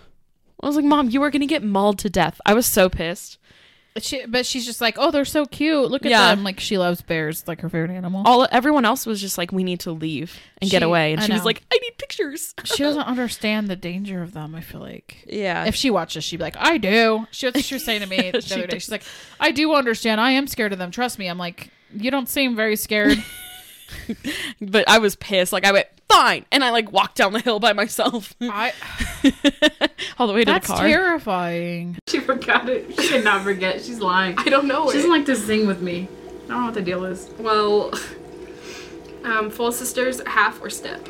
Speaker 1: I was like, Mom, you are going to get mauled to death. I was so pissed.
Speaker 2: She, but she's just like, oh, they're so cute. Look at
Speaker 1: Yeah.
Speaker 2: them. Like she loves bears, like her favorite animal.
Speaker 1: All everyone else was just like, we need to leave and get
Speaker 2: She-
Speaker 1: away, and
Speaker 2: I
Speaker 1: she was
Speaker 2: know.
Speaker 1: like, I need pictures.
Speaker 2: she doesn't understand the danger of them. I feel like
Speaker 1: Yeah,
Speaker 2: if she watches, she'd be like, I do. She was, she was saying
Speaker 1: (laughs)
Speaker 2: to me the
Speaker 1: She
Speaker 2: other day,
Speaker 1: does.
Speaker 2: she's like, I do understand. I am scared of them. Trust me. I'm like, you don't seem very
Speaker 1: (laughs)
Speaker 2: scared.
Speaker 1: but I was pissed. Like I went fine, and I like walked down the hill by myself
Speaker 2: I.
Speaker 1: (laughs) all the way to
Speaker 2: That's
Speaker 1: the car.
Speaker 2: terrifying.
Speaker 4: She forgot it. She did not forget. She's lying.
Speaker 3: I don't know.
Speaker 4: She
Speaker 3: it.
Speaker 4: doesn't like to zing with me. I don't know what the deal is.
Speaker 3: Well, (laughs) um, full sisters, half or step.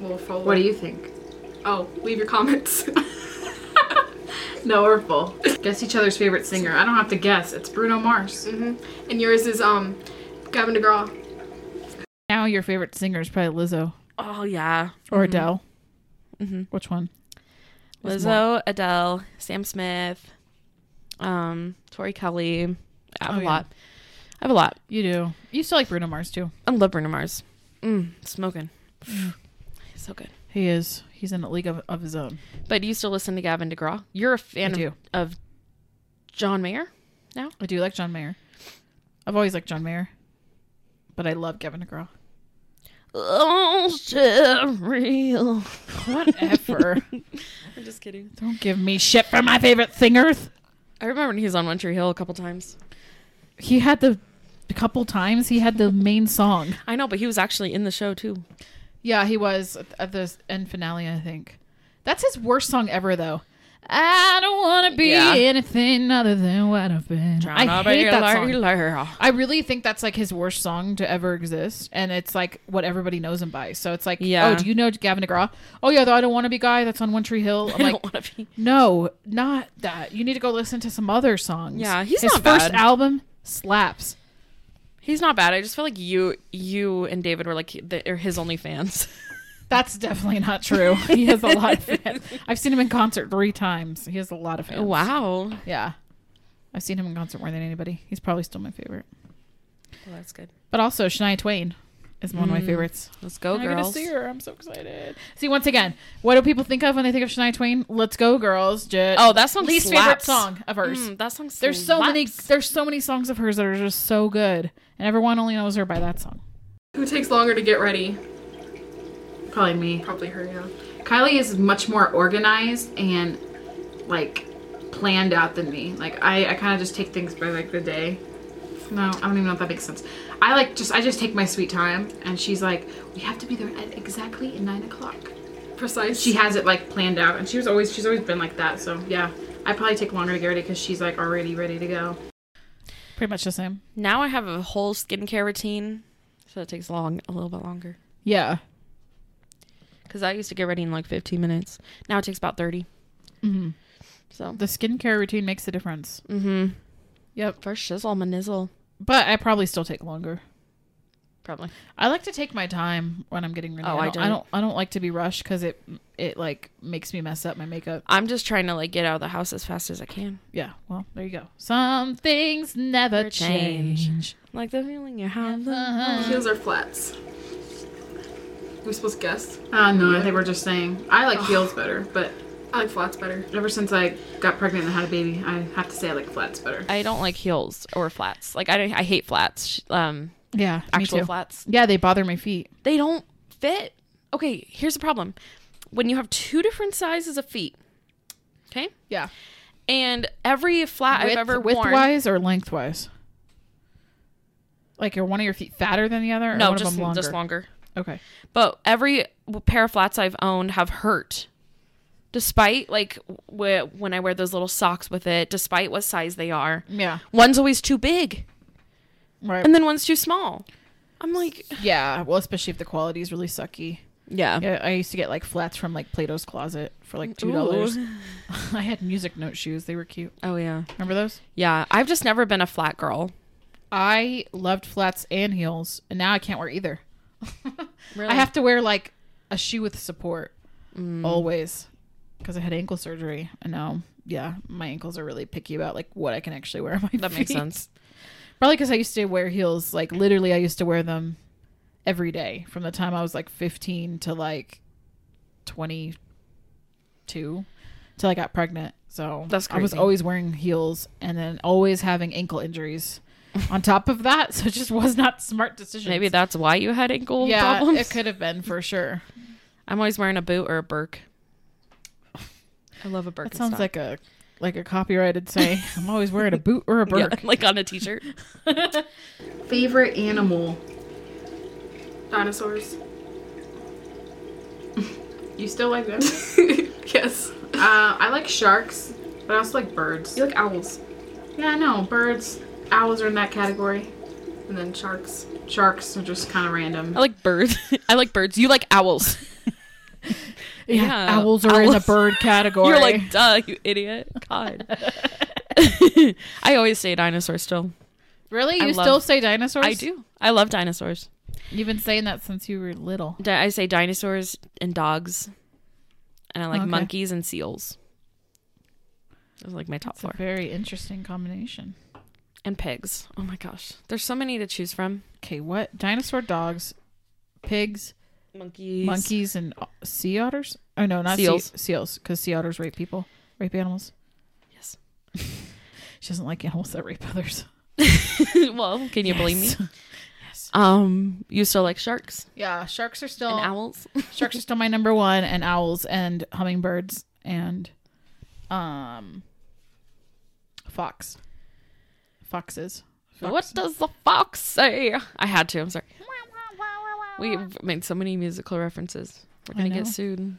Speaker 3: Well, full.
Speaker 4: What do you think?
Speaker 3: Oh, leave your comments. (laughs)
Speaker 4: No, we're full. Guess each other's favorite singer. I don't have to guess. It's Bruno Mars.
Speaker 3: hmm And yours is um, Gavin DeGraw.
Speaker 2: Now your favorite singer is probably Lizzo
Speaker 1: Oh yeah,
Speaker 2: or Adele.
Speaker 1: Mhm.
Speaker 2: Which one? There's
Speaker 1: Lizzo, Adele, Sam Smith, um, Tori Kelly. I have
Speaker 2: Oh,
Speaker 1: a
Speaker 2: yeah.
Speaker 1: lot. I have a lot.
Speaker 2: You do. You still like Bruno Mars too.
Speaker 1: I love Bruno Mars. Mm, smoking, (sighs) so good.
Speaker 2: He is. He's in a league of, of his own.
Speaker 1: But do you still listen to Gavin DeGraw? You're a fan
Speaker 2: I
Speaker 1: of,
Speaker 2: do.
Speaker 1: of John Mayer.
Speaker 2: I do like John Mayer. I've always liked John Mayer, but I love Kevin DeGraw.
Speaker 1: Oh, real.
Speaker 2: Whatever. (laughs)
Speaker 1: I'm just kidding.
Speaker 2: Don't give me shit for my favorite singers.
Speaker 1: I remember when he was on One Tree Hill a couple times.
Speaker 2: He had the a couple times he had the main song.
Speaker 1: I know, but he was actually in the show too.
Speaker 2: Yeah, he was at- at the end finale, I think. That's his worst song ever, though. I don't want to be
Speaker 1: Yeah.
Speaker 2: anything other than what I've been. I hate that song. I really think that's like his worst song to ever exist, and it's like what everybody knows him by. So it's like,
Speaker 1: Yeah.
Speaker 2: oh, do you know Gavin DeGraw? Oh yeah, the I don't want to be guy that's on One Tree Hill.
Speaker 1: (laughs) (laughs)
Speaker 2: I'm
Speaker 1: I
Speaker 2: like,
Speaker 1: don't want to be.
Speaker 2: no, not that. You need to go listen to some other songs.
Speaker 1: Yeah, he's
Speaker 2: his
Speaker 1: not
Speaker 2: first
Speaker 1: bad.
Speaker 2: album slaps.
Speaker 1: He's not bad. I just feel like you, you and David were like the, are his only fans.
Speaker 2: That's definitely not true. (laughs) he has a lot of fans. I've seen him in concert three times. He has a lot of fans.
Speaker 1: Wow,
Speaker 2: Yeah, I've seen him in concert more than anybody. He's probably still my favorite.
Speaker 1: well, Oh, that's good.
Speaker 2: But also Shania Twain is one of my
Speaker 1: Mm.
Speaker 2: favorites.
Speaker 1: Let's go,
Speaker 2: I'm gonna
Speaker 1: girls.
Speaker 2: see her. I'm so excited. See, once again, what do people think of when they think of Shania Twain? Let's go, girls. J-
Speaker 1: Oh, that song
Speaker 2: least favorite
Speaker 1: slaps.
Speaker 2: song of hers.
Speaker 1: Mm, that song.
Speaker 2: There's so many.
Speaker 1: slaps.
Speaker 2: There's so many songs of hers that are just so good, and everyone only knows her by that song.
Speaker 3: Who takes longer to get ready?
Speaker 4: Probably me.
Speaker 3: Probably her. Yeah.
Speaker 4: Kylie is much more organized and like planned out than me. Like I, I kind of just take things by like the day. No, I don't even know if that makes sense. I like just I just take my sweet time, and she's like, we have to be there at exactly nine o'clock.
Speaker 3: Precise.
Speaker 4: She has it like planned out, and she was always she's always been like that. So yeah, I probably take longer to get ready because she's like already ready to go.
Speaker 2: Pretty much the same.
Speaker 1: Now I have a whole skincare routine, so it takes long, a little bit longer.
Speaker 2: Yeah.
Speaker 1: Because I used to get ready in like 15 minutes. Now it takes about 30.
Speaker 2: hmm
Speaker 1: So,
Speaker 2: The skincare routine makes a difference.
Speaker 1: mm-hmm.
Speaker 2: Yep.
Speaker 1: First shizzle, my nizzle.
Speaker 2: But I probably still take longer.
Speaker 1: Probably.
Speaker 2: I like to take my time when I'm getting ready.
Speaker 1: Oh,
Speaker 2: I
Speaker 1: I
Speaker 2: don't. I
Speaker 1: don't.
Speaker 2: don't. I don't like to be rushed because it it like makes me mess up my makeup.
Speaker 1: I'm just trying to like get out of the house as fast as I can.
Speaker 2: Yeah. Well, there you go. Some things never
Speaker 1: Never change.
Speaker 2: change.
Speaker 1: Like the feeling you have.
Speaker 4: Hmm.
Speaker 3: Heels are flats. We supposed to guess.
Speaker 4: Uh, no, I think we're just saying I like heels better, but
Speaker 3: I like flats better.
Speaker 4: ever since I got pregnant and had a baby, I have to say I like flats better.
Speaker 1: I don't like heels or flats. Like I don't, I hate flats. Um,
Speaker 2: Yeah. me
Speaker 1: actual
Speaker 2: too.
Speaker 1: flats.
Speaker 2: Yeah, they bother my feet.
Speaker 1: They don't fit. Okay, here's the problem. When you have two different sizes of feet, okay,
Speaker 2: Yeah.
Speaker 1: and every flat I've ever
Speaker 2: width
Speaker 1: worn,
Speaker 2: wise or length wise? Like, are one of your feet fatter than the other? Or
Speaker 1: no,
Speaker 2: one
Speaker 1: just
Speaker 2: of them longer?
Speaker 1: just longer.
Speaker 2: Okay.
Speaker 1: But every w- pair of flats I've owned have hurt. Despite like w- when I wear those little socks with it, despite what size they are,
Speaker 2: Yeah.
Speaker 1: one's always too big
Speaker 2: Right.
Speaker 1: and then one's too small. I'm like,
Speaker 2: yeah. Well, especially if the quality is really sucky.
Speaker 1: yeah.
Speaker 2: Yeah, I used to get like flats from like Plato's Closet for like two dollars. (laughs)
Speaker 1: Ooh.
Speaker 2: I had music note shoes. They were cute.
Speaker 1: Oh yeah.
Speaker 2: Remember those?
Speaker 1: Yeah, I've just never been a flat girl.
Speaker 2: I loved flats and heels, and now I can't wear either.
Speaker 1: Really? Mm.
Speaker 2: I have to wear like a shoe with support always because I had ankle surgery, and now yeah, my ankles are really picky about like what I can actually wear. On my
Speaker 1: That makes
Speaker 2: feet. (laughs)
Speaker 1: sense.
Speaker 2: Probably because I used to wear heels. Like literally, I used to wear them every day from the time I was like 15 to like 22 till I got pregnant. So
Speaker 1: That's
Speaker 2: I was
Speaker 1: crazy.
Speaker 2: always wearing heels and then always having ankle injuries. On top of that, (laughs) so it just was not smart decision.
Speaker 1: Maybe that's why you had ankle
Speaker 2: yeah,
Speaker 1: problems.
Speaker 2: it could have been for
Speaker 1: (laughs)
Speaker 2: sure.
Speaker 1: I'm always wearing a boot or a Burke. I love a Birkenstock.
Speaker 2: That sounds like a like a
Speaker 1: (laughs)
Speaker 2: copyrighted say. I'm always wearing a boot or a
Speaker 1: Yeah, (laughs)
Speaker 2: Burke.
Speaker 1: like on a t-shirt.
Speaker 4: Favorite animal?
Speaker 3: Dinosaurs.
Speaker 4: (laughs) You still like them? uh,
Speaker 3: (laughs) yes.
Speaker 4: I like sharks, but I also like birds.
Speaker 3: You like owls.
Speaker 4: Yeah, I know. Birds, owls are in that category.
Speaker 3: And then sharks.
Speaker 4: Sharks are just kind of random.
Speaker 1: I like birds. (laughs) I like birds. You like owls. (laughs)
Speaker 2: Yeah,
Speaker 1: Yeah,
Speaker 2: owls are in the
Speaker 1: owls.
Speaker 2: (laughs) bird category.
Speaker 1: You're like, duh, you idiot. God. (laughs) I always say dinosaur still.
Speaker 2: really?
Speaker 1: I
Speaker 2: You
Speaker 1: love-
Speaker 2: still say dinosaurs?
Speaker 1: I do. I love dinosaurs.
Speaker 2: You've been saying that since you were little.
Speaker 1: Di- I say dinosaurs and dogs. And I like
Speaker 2: Okay.
Speaker 1: monkeys and seals. Those are like my top
Speaker 2: It's a
Speaker 1: four.
Speaker 2: very interesting combination.
Speaker 1: And pigs. Oh my gosh. There's so many to choose from.
Speaker 2: Okay, what dinosaur dogs, pigs,
Speaker 1: Monkeys.
Speaker 2: monkeys, and o- sea otters? Oh no, not
Speaker 1: Seals.
Speaker 2: seals. seals, because sea otters rape people, rape animals.
Speaker 1: Yes.
Speaker 2: (laughs) She doesn't like animals that rape others.
Speaker 1: (laughs) well, can you believe me? Um, you still like sharks
Speaker 2: Yeah, sharks are still
Speaker 1: and owls? (laughs)
Speaker 2: sharks are still my number one, and owls and hummingbirds and um fox, foxes.
Speaker 1: What does the fox say? I had to. I'm sorry. We've made so many musical references. We're
Speaker 2: I
Speaker 1: gonna
Speaker 2: know.
Speaker 1: get sued.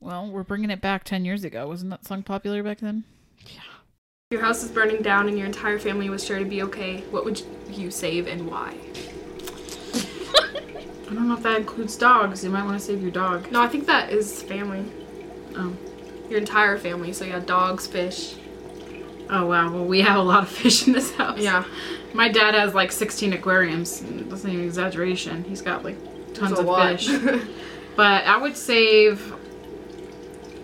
Speaker 2: Well, we're bringing it back ten years ago. Wasn't that song popular back then?
Speaker 3: If your house is burning down and your entire family was sure to be okay, what would you save and why?
Speaker 4: I don't know if that includes dogs. You might want to save your dog.
Speaker 3: No, I think that is family.
Speaker 4: Oh.
Speaker 3: Your entire family. So yeah, dogs, fish.
Speaker 4: Oh wow. Well, we have a lot of fish in this house.
Speaker 3: Yeah.
Speaker 4: My dad has like 16 aquariums. That's not even an exaggeration. He's got like tons
Speaker 3: It's a
Speaker 4: of
Speaker 3: lot.
Speaker 4: fish. But I would save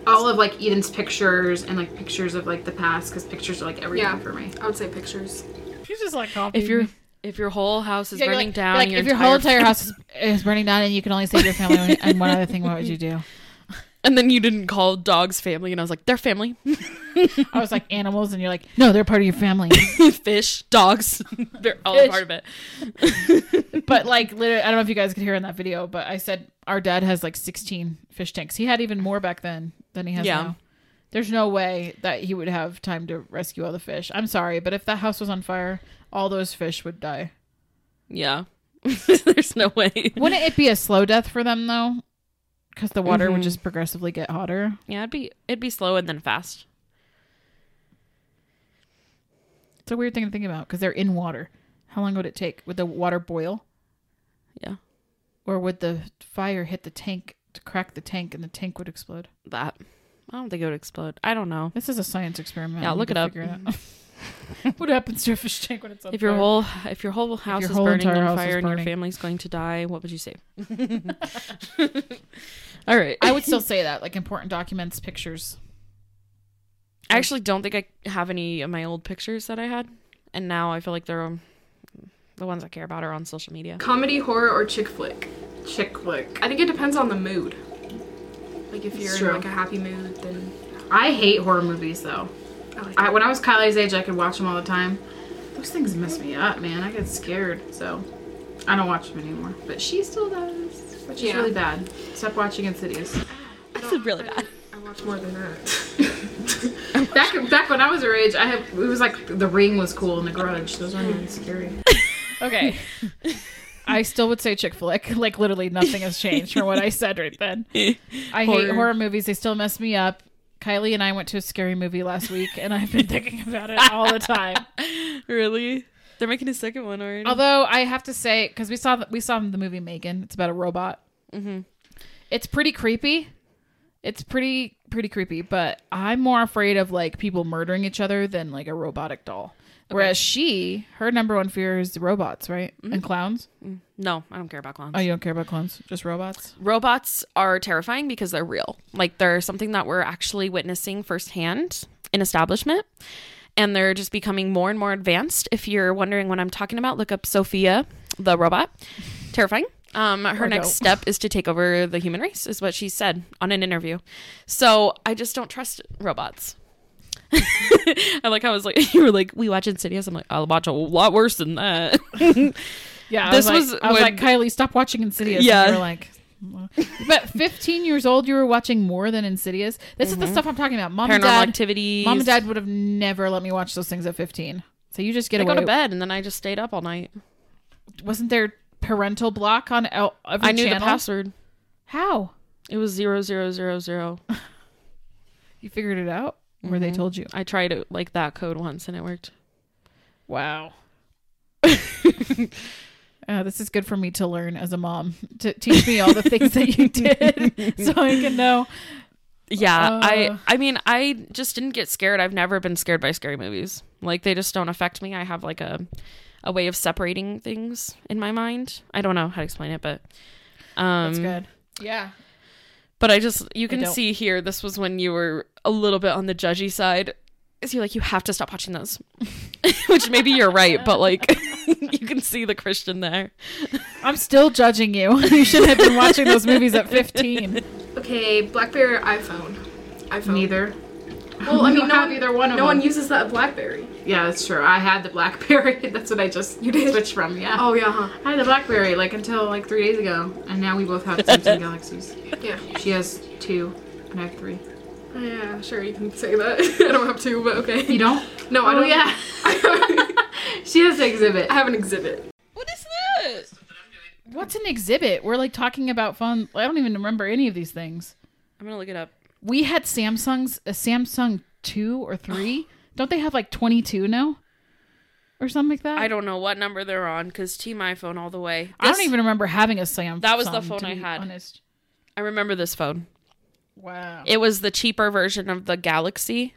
Speaker 4: all of like Eden's pictures and like pictures of like the past because pictures are like everything
Speaker 3: Yeah.
Speaker 4: for me.
Speaker 3: (laughs) I would say pictures.
Speaker 2: You just like copy.
Speaker 1: If your if your whole house is
Speaker 2: Yeah, you're
Speaker 1: burning
Speaker 2: like-
Speaker 1: down,
Speaker 2: you're like,
Speaker 1: your
Speaker 2: if your
Speaker 1: entire
Speaker 2: whole entire house is, (laughs) is burning down and you can only save your family and- and one other thing, what would you do?
Speaker 1: and then you didn't call dogs family, and I was like, they're family.
Speaker 2: (laughs)
Speaker 1: (laughs)
Speaker 2: I was like animals, and you're like, no, they're part of your family.
Speaker 1: Fish, dogs, (laughs) they're all
Speaker 2: Fish.
Speaker 1: part of it.
Speaker 2: (laughs) But like, literally, I don't know if you guys could hear in that video, but I said our dad has like 16 fish tanks. He had even more back then than he has
Speaker 1: Yeah.
Speaker 2: now. There's no way that he would have time to rescue all the fish. I'm sorry, but if that house was on fire, all those fish would (laughs) die.
Speaker 1: Yeah, (laughs) there's no way.
Speaker 2: Wouldn't it be a slow death for them though? Because the water would just progressively get hotter.
Speaker 1: Yeah, it'd be it'd be slow and then fast.
Speaker 2: It's a weird thing to think about because they're in water. How long would it take? Would the water boil?
Speaker 1: Yeah,
Speaker 2: Or would the fire hit the tank to crack the tank and the tank would explode?
Speaker 1: that. I don't think it would explode. I don't know.
Speaker 2: This is a science experiment.
Speaker 1: Yeah,
Speaker 2: I need
Speaker 1: look
Speaker 2: to
Speaker 1: it up.
Speaker 2: figure out. (laughs) what happens to a fish tank when it's on
Speaker 1: If your
Speaker 2: fire?
Speaker 1: whole if your whole house
Speaker 2: your
Speaker 1: is
Speaker 2: whole
Speaker 1: burning
Speaker 2: entire
Speaker 1: on
Speaker 2: house is
Speaker 1: fire and
Speaker 2: burning.
Speaker 1: your family's going to die, what would you say? (laughs) All right.
Speaker 2: I would still say that, like important documents, pictures.
Speaker 1: I actually don't think I have any of my old pictures that I had, and now I feel like they're um, the ones I care about are on social media.
Speaker 3: Comedy, horror, or chick flick?
Speaker 4: Chick flick.
Speaker 3: I think it depends on the mood. Like if you're
Speaker 4: true.
Speaker 3: in like a happy mood, then
Speaker 4: I hate horror movies though.
Speaker 3: I like
Speaker 4: I, when I was Kylie's age, I could watch them all the time. Those things mess me up, man. I get scared, so I don't watch them anymore. But she still does, which is
Speaker 3: Yeah.
Speaker 4: really bad. Except watching Insidious.
Speaker 1: This is really bad.
Speaker 3: I watch more than that.
Speaker 4: Back back when I was her age, I had it was like The Ring was cool and The Grudge. Those weren't even scary.
Speaker 1: (laughs)
Speaker 2: Okay. (laughs) I still would say chick flick. (laughs) Like literally nothing has changed from what I said right
Speaker 1: (laughs)
Speaker 2: then. I hate
Speaker 1: Horror.
Speaker 2: horror movies. They still mess me up. Kylie and I went to a scary movie last week and I've been thinking about it all the time.
Speaker 1: Really? They're making a second one already.
Speaker 2: Although I have to say, because we saw we saw the movie Megan. It's about a robot.
Speaker 1: Mm-hmm.
Speaker 2: It's pretty creepy. It's pretty pretty creepy. But I'm more afraid of like people murdering each other than like a robotic doll. Whereas she, her number one fear is robots, right? And clowns.
Speaker 1: no, I don't care about clowns.
Speaker 2: Oh, you don't care about clowns, just robots.
Speaker 1: Robots are terrifying because they're real. Like they're something that we're actually witnessing firsthand in establishment. And they're just becoming more and more advanced. If you're wondering what I'm talking about, look up Sophia, the robot. Terrifying. Um, her
Speaker 2: Or
Speaker 1: next
Speaker 2: don't.
Speaker 1: step is to take over the human race, is what she said on an interview. So I just don't trust robots. (laughs) I like how I was like, (laughs) you were like, we watch Insidious. I'm like, I'll watch a lot worse than
Speaker 2: (laughs)
Speaker 1: that.
Speaker 2: Yeah,
Speaker 1: This
Speaker 2: I
Speaker 1: was
Speaker 2: was, like, I was
Speaker 1: when-
Speaker 2: like, Kylie, stop watching Insidious.
Speaker 1: Yeah.
Speaker 2: and you were like, "Mm." but 15 years old, you were watching more than Insidious. This is the stuff I'm talking about. Mom and
Speaker 1: Mm-hmm. Paranormal
Speaker 2: dad,
Speaker 1: activities.
Speaker 2: mom and dad would have never let me watch those things at 15. So you just get
Speaker 1: I
Speaker 2: away.
Speaker 1: go to bed and then I just stayed up all night.
Speaker 2: Wasn't there parental block on el- every
Speaker 1: I knew
Speaker 2: channel?
Speaker 1: the password.
Speaker 2: How
Speaker 1: It was zero zero zero zero.
Speaker 2: you figured it out? Where they told you?
Speaker 1: I tried it like that code once and it worked.
Speaker 2: Wow. (laughs) Uh, this is good for me to learn as a mom to teach me all the things that you did (laughs) so I can know.
Speaker 1: Yeah,
Speaker 2: Uh.
Speaker 1: I I mean I just didn't get scared. I've never been scared by scary movies. Like they just don't affect me. I have like a a way of separating things in my mind. I don't know how to explain it, but um
Speaker 2: That's good. Yeah.
Speaker 1: but I just you can
Speaker 2: don't.
Speaker 1: see here this was when you were a little bit on the judgy side. So you're like you have to stop watching those. (laughs) Which maybe you're right, but like (laughs) you can see the Christian there.
Speaker 2: I'm still judging you. (laughs) you should have been watching those movies
Speaker 4: (laughs)
Speaker 2: at 15.
Speaker 3: Okay, BlackBerry or iPhone? iPhone.
Speaker 4: Neither.
Speaker 3: Well, I mean,
Speaker 4: don't
Speaker 3: no
Speaker 4: have
Speaker 3: one,
Speaker 4: either one of
Speaker 3: no one
Speaker 4: them.
Speaker 3: uses that BlackBerry.
Speaker 4: Yeah, that's true. I had the BlackBerry. (laughs) That's what I just
Speaker 3: You did?
Speaker 4: switched from. Yeah.
Speaker 3: Oh yeah, huh?
Speaker 4: I had the BlackBerry like until like three days ago, and now we both have
Speaker 2: (laughs)
Speaker 4: Samsung Galaxies.
Speaker 3: Yeah.
Speaker 4: She has two, and I have three.
Speaker 3: Oh, Yeah, sure, you can say that. (laughs) I don't have to, but okay.
Speaker 4: You don't?
Speaker 3: No, I
Speaker 4: Oh,
Speaker 3: don't.
Speaker 4: yeah. she has the exhibit.
Speaker 3: I have an exhibit.
Speaker 1: What is this?
Speaker 2: What's an exhibit? We're like talking about fun. I don't even remember any of these things.
Speaker 1: I'm gonna look it up.
Speaker 2: We had Samsung's a Samsung 2 or 3. don't they have like 22 now? Or something like that?
Speaker 1: I don't know what number they're on because team iPhone all the way.
Speaker 2: I don't
Speaker 1: This-
Speaker 2: even remember having a Samsung.
Speaker 1: That was the phone
Speaker 2: to
Speaker 1: I
Speaker 2: be
Speaker 1: had.
Speaker 2: Honest.
Speaker 1: I remember this phone.
Speaker 2: Wow.
Speaker 1: It was the cheaper version of the Galaxy.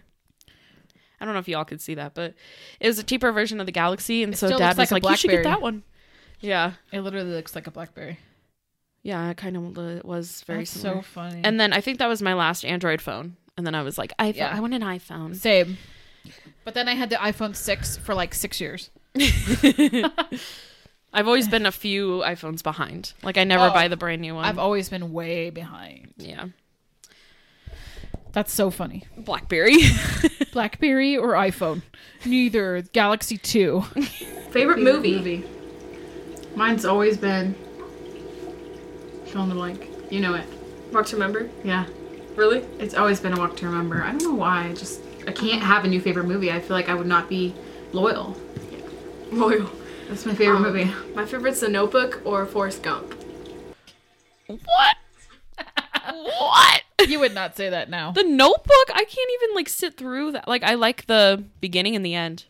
Speaker 1: I don't know if y'all could see that, but it was a cheaper version of the Galaxy, and so
Speaker 2: still
Speaker 1: Dad
Speaker 2: looks
Speaker 1: was
Speaker 2: like
Speaker 1: like,
Speaker 2: a
Speaker 1: "You should get
Speaker 2: Blackberry."
Speaker 1: that one." Yeah,
Speaker 2: It literally looks like a BlackBerry.
Speaker 1: yeah, it kind of was very
Speaker 2: That's
Speaker 1: similar.
Speaker 2: so funny.
Speaker 1: and then I think that was my last Android phone, and then I was like, "I
Speaker 2: Yeah.
Speaker 1: I want an
Speaker 2: (laughs)
Speaker 1: iPhone." (laughs)
Speaker 2: same. But then I had the iPhone 6 for like 6 years.
Speaker 1: I've always been a few iPhones behind. Like I never
Speaker 2: Oh.
Speaker 1: buy the brand new one.
Speaker 2: I've always been way behind.
Speaker 1: yeah,
Speaker 2: That's so funny.
Speaker 1: BlackBerry. (laughs)
Speaker 2: BlackBerry or iPhone? Neither. Galaxy 2.
Speaker 3: (laughs) Favorite movie?
Speaker 4: Mine's always been. Fill in the blank. You know it.
Speaker 3: Walk to Remember?
Speaker 4: Yeah.
Speaker 3: Really?
Speaker 4: It's always been a walk to remember. I don't know why. I just I can't have a new favorite movie. I feel like I would not be loyal.
Speaker 3: Loyal.
Speaker 4: That's my favorite
Speaker 3: Um,
Speaker 4: movie.
Speaker 3: My favorite's The Notebook or Forrest Gump.
Speaker 2: (laughs)
Speaker 1: what? what?
Speaker 2: You would not say that now.
Speaker 1: The Notebook. I can't even like sit through that. Like I like the beginning and the end.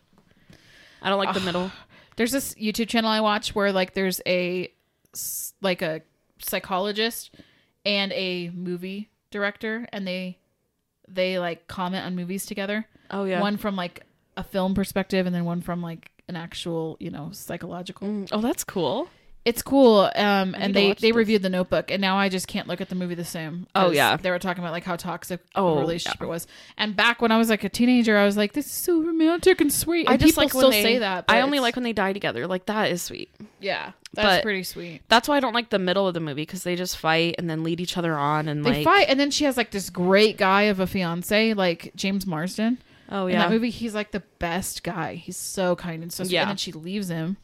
Speaker 1: I don't like the middle.
Speaker 2: There's this YouTube channel I watch where like there's a s- like a psychologist and a movie director and they they like comment on movies together.
Speaker 1: Oh yeah.
Speaker 2: One from like a film perspective and then one from like an actual, you know, psychological.
Speaker 1: Mm, Oh, that's cool.
Speaker 2: It's cool. Um
Speaker 1: need to
Speaker 2: and they
Speaker 1: watch
Speaker 2: they
Speaker 1: this.
Speaker 2: reviewed The Notebook and now I just can't look at the movie the same.
Speaker 1: Oh,
Speaker 2: 'cause
Speaker 1: yeah.
Speaker 2: They were talking about like how toxic
Speaker 1: Oh,
Speaker 2: the relationship it was. And back when I was like a teenager, I was like this is so romantic and sweet. And
Speaker 1: I just
Speaker 2: people
Speaker 1: like when
Speaker 2: still
Speaker 1: they,
Speaker 2: say that. but
Speaker 1: I only
Speaker 2: it's-
Speaker 1: like when they die together. Like that is sweet.
Speaker 2: Yeah. That's
Speaker 1: but-
Speaker 2: pretty sweet.
Speaker 1: That's why I don't like the middle of the movie because they just fight and then lead each other on and like
Speaker 2: They fight, and then she has like this great guy of a fiance, like James Marsden.
Speaker 1: Oh
Speaker 2: In
Speaker 1: yeah.
Speaker 2: that movie, he's like the best guy. He's so kind and so sweet.
Speaker 1: Yeah.
Speaker 2: And then she leaves him.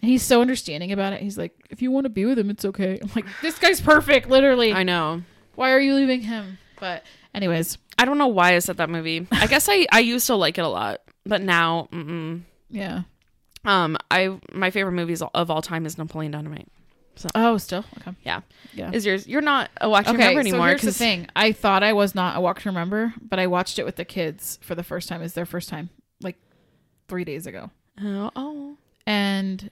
Speaker 2: And he's so understanding about it. He's like, if you want to be with him, it's okay. I'm like, this guy's perfect, literally.
Speaker 1: I know.
Speaker 2: Why are you leaving him? But, anyways,
Speaker 1: I don't know why I said that (laughs) movie. I guess I I used to like it a lot, but now, mm-mm.
Speaker 2: yeah.
Speaker 1: um, I my favorite movies of all time is Napoleon Dynamite.
Speaker 2: Oh, still? Okay.
Speaker 1: Yeah.
Speaker 2: Yeah.
Speaker 1: Is yours? You're not a watch okay,
Speaker 2: okay,
Speaker 1: remember
Speaker 2: so
Speaker 1: anymore.
Speaker 2: here's the
Speaker 1: 'cause-
Speaker 2: thing. I thought I was not a Walk to Remember, but I watched it with the kids for the first time. It's their first time, like three days ago.
Speaker 1: Oh, oh.
Speaker 2: and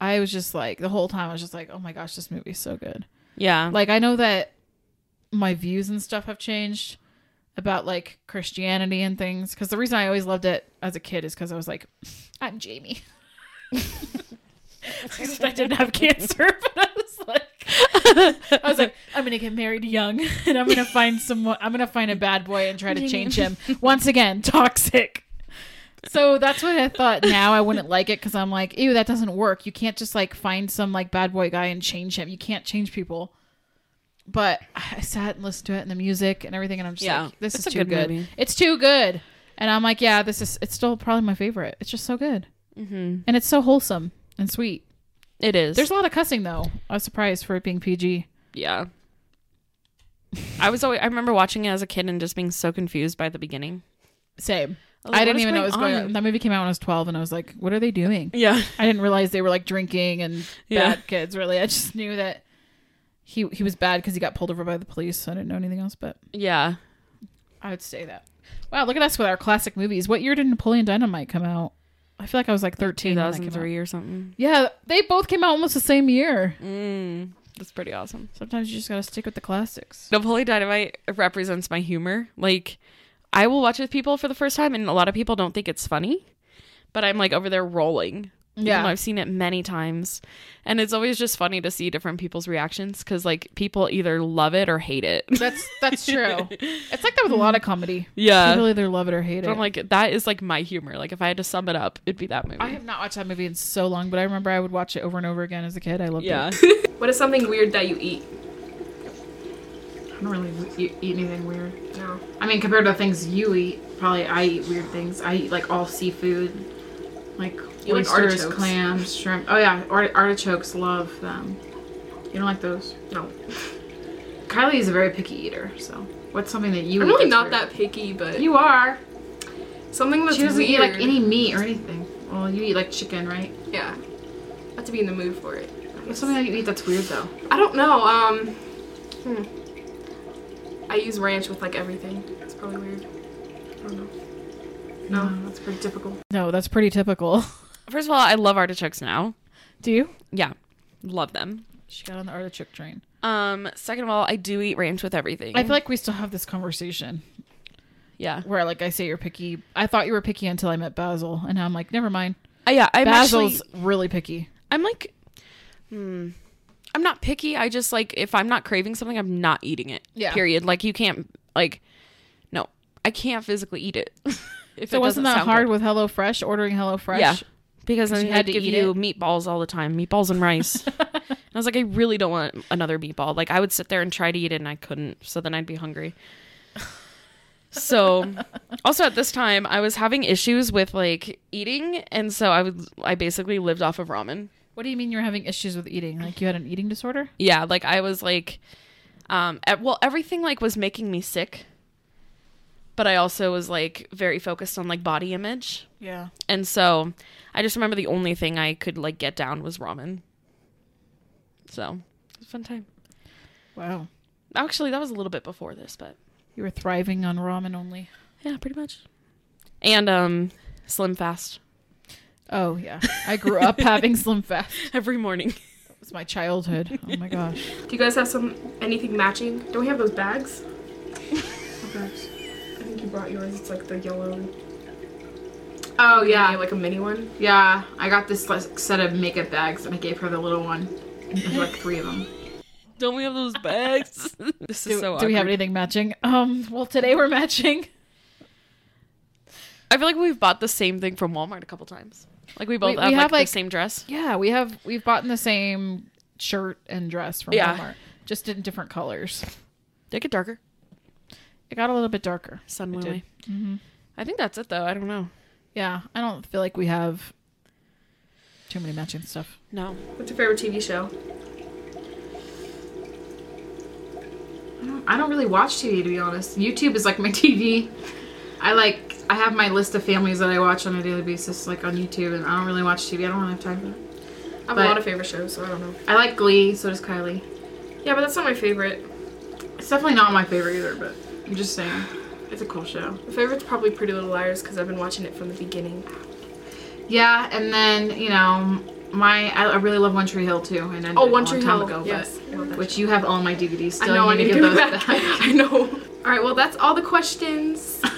Speaker 2: I was just like the whole time I was just like, oh my gosh, this movie's so good.
Speaker 1: Yeah.
Speaker 2: Like I know that my views and stuff have changed about like Christianity and things because the reason I always loved it as a kid is because I was like, I'm Jamie. I didn't have cancer, (laughs) but I was like, I was like, I'm gonna get married young, (laughs) and I'm gonna find someone. I'm gonna find a bad boy and try to
Speaker 1: (laughs)
Speaker 2: change him once again. Toxic. So that's what I thought. Now I wouldn't like it because I'm like, ew, that doesn't work. You can't just like find some like bad boy guy and change him. You can't change people. But I I sat and listened to it and the music and everything, and I'm just
Speaker 1: Yeah.
Speaker 2: like, this
Speaker 1: It's
Speaker 2: is
Speaker 1: a
Speaker 2: too
Speaker 1: good
Speaker 2: good.
Speaker 1: movie.
Speaker 2: It's too good. And I'm like, yeah, this is it's still probably my favorite. It's just so good.
Speaker 1: Mm-hmm.
Speaker 2: And it's so wholesome and sweet.
Speaker 1: It is.
Speaker 2: There's a lot of cussing though. I was surprised for it being PG.
Speaker 1: yeah. I was always I remember watching it as a kid and just being so confused by the beginning.
Speaker 2: Same.
Speaker 1: I was like,
Speaker 2: I
Speaker 1: what
Speaker 2: didn't
Speaker 1: is
Speaker 2: even know
Speaker 1: going
Speaker 2: what was going
Speaker 1: on?
Speaker 2: on. That movie came out when I was 12 and I was like, what are they doing?
Speaker 1: Yeah.
Speaker 2: I didn't realize they were like drinking and
Speaker 1: Yeah.
Speaker 2: bad kids really. I just knew that he he was bad cuz he got pulled over by the police. So I didn't know anything else, but
Speaker 1: (laughs) Yeah.
Speaker 2: I would say that. Wow, look at us with our classic movies. What year did Napoleon Dynamite come out? I feel like I was like 13 when that came out.
Speaker 1: 2003 or something.
Speaker 2: Yeah, they both came out almost the same year.
Speaker 1: Mm, that's pretty awesome.
Speaker 2: Sometimes you just got to stick with the classics.
Speaker 1: Napoleon Dynamite represents my humor. Like, I will watch with people for the first time, and a lot of people don't think it's funny, but I'm like over there rolling. even
Speaker 2: Yeah.
Speaker 1: though I've seen it many times, and it's always just funny to see different people's reactions because like people either love it or hate it.
Speaker 2: That's
Speaker 1: (laughs)
Speaker 2: that's true. it's like that with a lot of comedy.
Speaker 1: yeah,
Speaker 2: People either love it or hate
Speaker 1: but
Speaker 2: it.
Speaker 1: I'm like that is like my humor. Like if I had to sum it up, it'd be that movie.
Speaker 2: I have not watched that movie in so long, but I remember I would watch it over and over again as a kid. I loved
Speaker 1: yeah,
Speaker 2: it.
Speaker 1: (laughs)
Speaker 3: What is something weird that you eat?
Speaker 4: I don't really eat, eat anything weird. No. I mean, compared to things you eat, probably I eat weird things. I eat like all seafood, like
Speaker 3: You like
Speaker 4: oysters,
Speaker 3: artichokes.
Speaker 4: clams, shrimp. Oh yeah, art- artichokes. Love them. You don't like those?
Speaker 3: No.
Speaker 4: Kylie is a very picky eater, so what's something that you?
Speaker 3: I'm
Speaker 4: eat
Speaker 3: really
Speaker 4: Mm, that's
Speaker 3: not
Speaker 4: weird?
Speaker 3: that picky, but
Speaker 4: You are.
Speaker 3: something that's
Speaker 4: she doesn't
Speaker 3: weird.
Speaker 4: eat like any meat or anything. Well, you eat like chicken, right?
Speaker 3: Yeah. I have to be in the mood for it.
Speaker 4: What's something that you eat that's weird though?
Speaker 3: I don't know. Um, hmm. I use ranch with like everything. It's probably weird. I don't know. No,
Speaker 4: Mm.
Speaker 3: that's pretty typical.
Speaker 2: No, that's pretty typical. (laughs)
Speaker 1: first of all, I love artichokes now.
Speaker 2: Do you?
Speaker 1: Yeah, love them.
Speaker 2: She got on the artichoke train.
Speaker 1: Um, second of all, I do eat ranch with everything.
Speaker 2: I
Speaker 4: Mm.
Speaker 2: feel like we still have this conversation
Speaker 1: yeah,
Speaker 2: where, like, I say you're picky. I thought you were picky until I met Basil, and now I'm like, never mind.
Speaker 1: Uh, yeah. I'm actually
Speaker 2: Basil's really picky.
Speaker 1: I'm like, hmm. I'm not picky. I just like if I'm not craving something, I'm not eating it.
Speaker 2: Yeah.
Speaker 1: Period. Like you can't like, no, I can't physically eat it. (laughs) if
Speaker 2: So
Speaker 1: it
Speaker 2: wasn't
Speaker 1: doesn't
Speaker 2: that
Speaker 1: sound
Speaker 2: hard
Speaker 1: good.
Speaker 2: with HelloFresh ordering HelloFresh?
Speaker 1: Yeah. Because then
Speaker 2: you
Speaker 1: they
Speaker 2: had
Speaker 1: had
Speaker 2: to
Speaker 1: give
Speaker 2: eat
Speaker 1: you meatballs all the time, meatballs and
Speaker 2: (laughs)
Speaker 1: rice. and I was like, I really don't want another meatball. Like I would sit there and try to eat it, and I couldn't. So then I'd be
Speaker 2: (laughs)
Speaker 1: hungry. So, also at this time, I was having issues with like eating, and so I would I basically lived off of ramen.
Speaker 2: What do you mean you're having issues with eating? Like you had an eating disorder?
Speaker 1: yeah like i was like um e- well everything like was making me sick but i also was like very focused on like body image
Speaker 2: Yeah.
Speaker 1: and so i just remember the only thing i could like get down was ramen so it was a fun time
Speaker 2: Wow.
Speaker 1: actually that was a little bit before this but
Speaker 2: You were thriving on ramen only.
Speaker 1: yeah pretty much and um slim fast
Speaker 2: Oh yeah. I grew up (laughs) having Slim Fast.
Speaker 1: (laughs) every morning
Speaker 2: It was my childhood. Oh my gosh.
Speaker 3: Do you guys have some anything matching? Don't we have
Speaker 4: (laughs)
Speaker 3: those bags? bags. I think you brought yours. It's like the yellow.
Speaker 4: Oh
Speaker 3: Yeah,
Speaker 4: yeah,
Speaker 3: like a mini one.
Speaker 4: yeah. I got this like, set of makeup bags, and I gave her the little one. There's like three of them.
Speaker 1: (laughs) don't we have those (laughs) bags this is
Speaker 2: do,
Speaker 1: so awkward.
Speaker 2: do we have anything matching? Um well today we're matching.
Speaker 1: i feel like we've bought the same thing from walmart a couple times like we both
Speaker 2: We- we
Speaker 1: have,
Speaker 2: have,
Speaker 1: like,
Speaker 2: like-
Speaker 1: the same dress
Speaker 2: Yeah, we have we've bought in the same shirt and dress from
Speaker 1: Yeah.
Speaker 2: Walmart. Just in different colors.
Speaker 1: did it get darker
Speaker 2: It got a little bit darker.
Speaker 1: Sun
Speaker 2: It
Speaker 1: Will
Speaker 2: did.
Speaker 1: I. I think that's it though. I don't know.
Speaker 2: Yeah. I don't feel like we have too many matching stuff.
Speaker 1: No.
Speaker 3: What's your favorite TV show?
Speaker 4: I don't, I don't really watch TV to be honest. YouTube is like my (laughs) TV. I like I have my list of families that I watch on a daily basis, like on YouTube, and I don't really watch TV. I don't really have time for that.
Speaker 3: I have
Speaker 4: But-
Speaker 3: a lot of favorite shows, so I don't know.
Speaker 4: I like Glee, so does Kylie.
Speaker 3: Yeah, but that's not my favorite.
Speaker 4: It's definitely not my favorite either, but I'm just saying, it's a cool show.
Speaker 3: My favorite's probably Pretty Little Liars because I've been watching it from the beginning.
Speaker 4: Yeah, and then you know my I, I really love One Tree Hill too, and ended
Speaker 3: Oh,
Speaker 4: it
Speaker 3: One
Speaker 4: a long
Speaker 3: Tree
Speaker 4: time
Speaker 3: Hill.
Speaker 4: ago, but-
Speaker 3: yes. I love that
Speaker 4: Which you have all my DVDs
Speaker 3: I
Speaker 4: still.
Speaker 3: know, I
Speaker 4: you
Speaker 3: need to
Speaker 4: give
Speaker 3: give
Speaker 4: those
Speaker 3: it back.
Speaker 4: back.
Speaker 3: (laughs) I know. All right, well, that's all the questions.
Speaker 1: (laughs)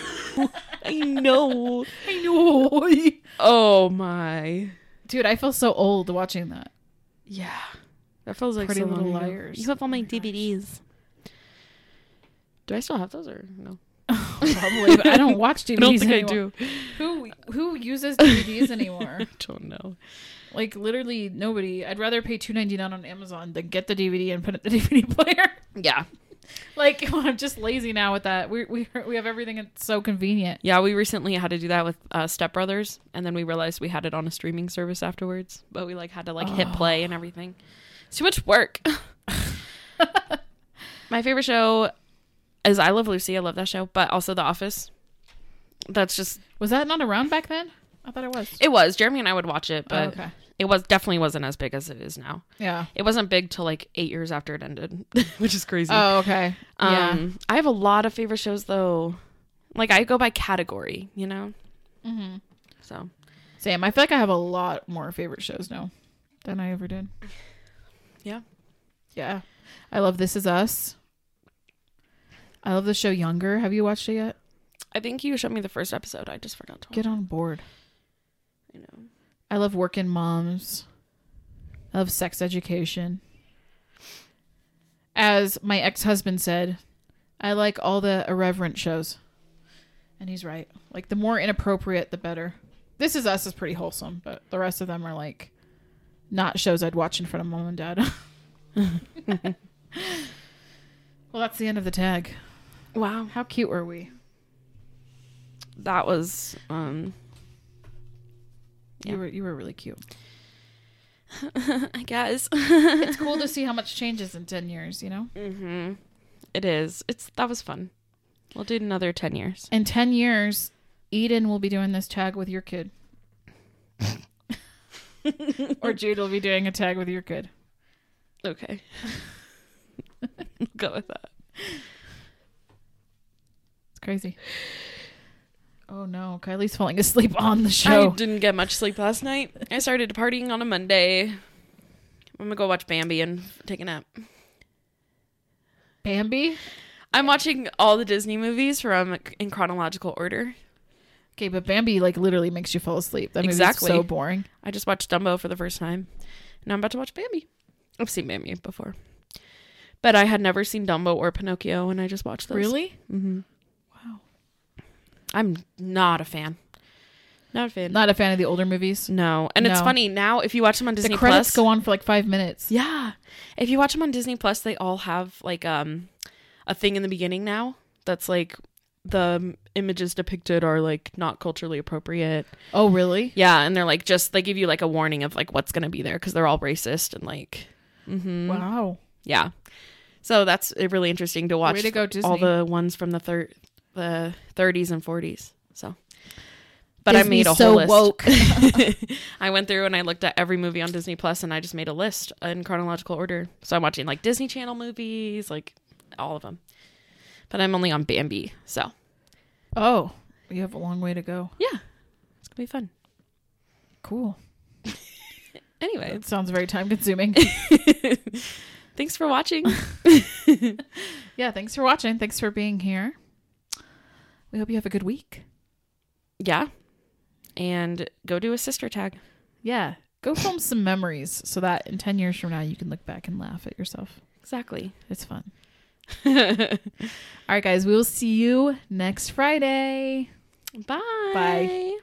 Speaker 1: I (laughs) know.
Speaker 2: (laughs) I know. (laughs)
Speaker 1: Oh my.
Speaker 2: Dude, I feel so old watching that.
Speaker 1: Yeah. That feels like
Speaker 2: Pretty
Speaker 1: so
Speaker 2: Little
Speaker 1: long ago.
Speaker 2: Liars.
Speaker 1: You have all Oh my DVDs. Do I still have those or no?
Speaker 2: Probably, but I don't watch
Speaker 1: (laughs)
Speaker 2: DVDs.
Speaker 1: I don't think
Speaker 2: anymore.
Speaker 1: (laughs) I do.
Speaker 2: Who who uses DVDs anymore? (laughs)
Speaker 1: I don't know.
Speaker 2: like literally (laughs) nobody. I'd rather pay two ninety nine on Amazon than get the DVD and put it in the DVD player.
Speaker 1: Yeah.
Speaker 2: like (laughs) I'm just lazy now with that. We we we have everything it's so convenient.
Speaker 1: Yeah, we recently had to do that with uh, Step Brothers, and then we realized we had it on a streaming service afterwards. But we like had to like hit play and everything. It's too much work. (laughs) My favorite show is I Love Lucy. I love that show, but also The Office. That's just
Speaker 2: Was that not around back then? I thought it was. Oh,
Speaker 1: it was. Jeremy and I would watch it, but
Speaker 2: okay.
Speaker 1: it was definitely wasn't as big as it is now.
Speaker 2: Yeah.
Speaker 1: It wasn't big till like eight years after it ended, (laughs) which is crazy.
Speaker 2: Oh, okay. yeah.
Speaker 1: Um, I have a lot of favorite shows though. Like I go by category, you know. Mm-hmm.
Speaker 2: Mhm.
Speaker 1: So
Speaker 2: Same. I feel like I have a lot more favorite shows now than I ever did.
Speaker 1: Yeah.
Speaker 2: Yeah. I love This Is Us. I love the show Younger. Have you watched it yet?
Speaker 1: I think you showed me the first episode. I just forgot to.
Speaker 2: Get on board.
Speaker 1: You know.
Speaker 2: I love Working Moms. I love Sex Education. As my ex husband said, I like all the irreverent shows. And he's right. Like, the more inappropriate, the better. This Is Us is pretty wholesome, but the rest of them are like not shows I'd watch in front of mom and dad. (laughs) well, that's the end of the tag.
Speaker 1: Wow,
Speaker 2: How cute were we?
Speaker 1: that was um. Yeah.
Speaker 2: You were you were really cute.
Speaker 1: (laughs) I guess. (laughs)
Speaker 2: It's cool to see how much changes in ten years, you know?
Speaker 1: mm-hmm. It is. It's that was fun. We'll do it another ten years.
Speaker 2: In 10 years, Eden will be doing this tag with
Speaker 1: (laughs)
Speaker 2: your kid. or Jude will be doing a tag with your kid.
Speaker 1: Okay. (laughs) go with that.
Speaker 2: It's crazy. Oh no, Kylie's falling asleep on the
Speaker 1: I
Speaker 2: show.
Speaker 1: didn't get much sleep last night. I started partying on a Monday. I'm gonna go watch Bambi and take a nap.
Speaker 2: Bambi?
Speaker 1: I'm watching all the Disney movies from in chronological order.
Speaker 2: Okay, but Bambi like literally makes you fall asleep. That movie's
Speaker 1: Exactly.
Speaker 2: so boring.
Speaker 1: I just watched Dumbo for the first time. Now I'm about to watch Bambi. I've seen Bambi before. But I had never seen Dumbo or Pinocchio and I just watched those.
Speaker 2: Mm-hmm. Wow.
Speaker 1: I'm not a fan. Not a fan.
Speaker 2: Not a fan of the older movies.
Speaker 1: no. And it's
Speaker 2: No.
Speaker 1: funny now if you watch them on Disney
Speaker 2: the credits
Speaker 1: Plus.
Speaker 2: go on for like five minutes.
Speaker 1: Yeah. If you watch them on Disney Plus, they all have like um a thing in the beginning now that's like the images depicted are like not culturally appropriate.
Speaker 2: Oh really?
Speaker 1: Yeah, and they're like just they give you like a warning of like what's gonna be there because they're all racist and like mm-hmm.
Speaker 2: Wow.
Speaker 1: yeah. So that's uh, really interesting to watch
Speaker 2: Way to go, Disney.
Speaker 1: all the ones from the thir- the 30s and 40s. So, but I
Speaker 2: Disney's
Speaker 1: made a
Speaker 2: so
Speaker 1: whole list. (laughs)
Speaker 2: woke.
Speaker 1: I went through and I looked at every movie on Disney Plus, and I just made a list in chronological order. So I'm watching like Disney Channel movies, like all of them. But I'm only on Bambi, so
Speaker 2: Oh. You have a long way to go.
Speaker 1: yeah, it's gonna be fun.
Speaker 2: Cool.
Speaker 1: Anyway,
Speaker 2: It sounds very time consuming.
Speaker 1: thanks for watching. (laughs)
Speaker 2: Yeah, thanks for watching. Thanks for being here. We hope you have a good week.
Speaker 1: yeah, and go do a sister tag.
Speaker 2: Yeah. Go film some memories so that in 10 years from now you can look back and laugh at yourself.
Speaker 1: (laughs) Exactly.
Speaker 2: It's fun. All right, guys, we will see you next Friday.
Speaker 1: Bye.
Speaker 2: Bye.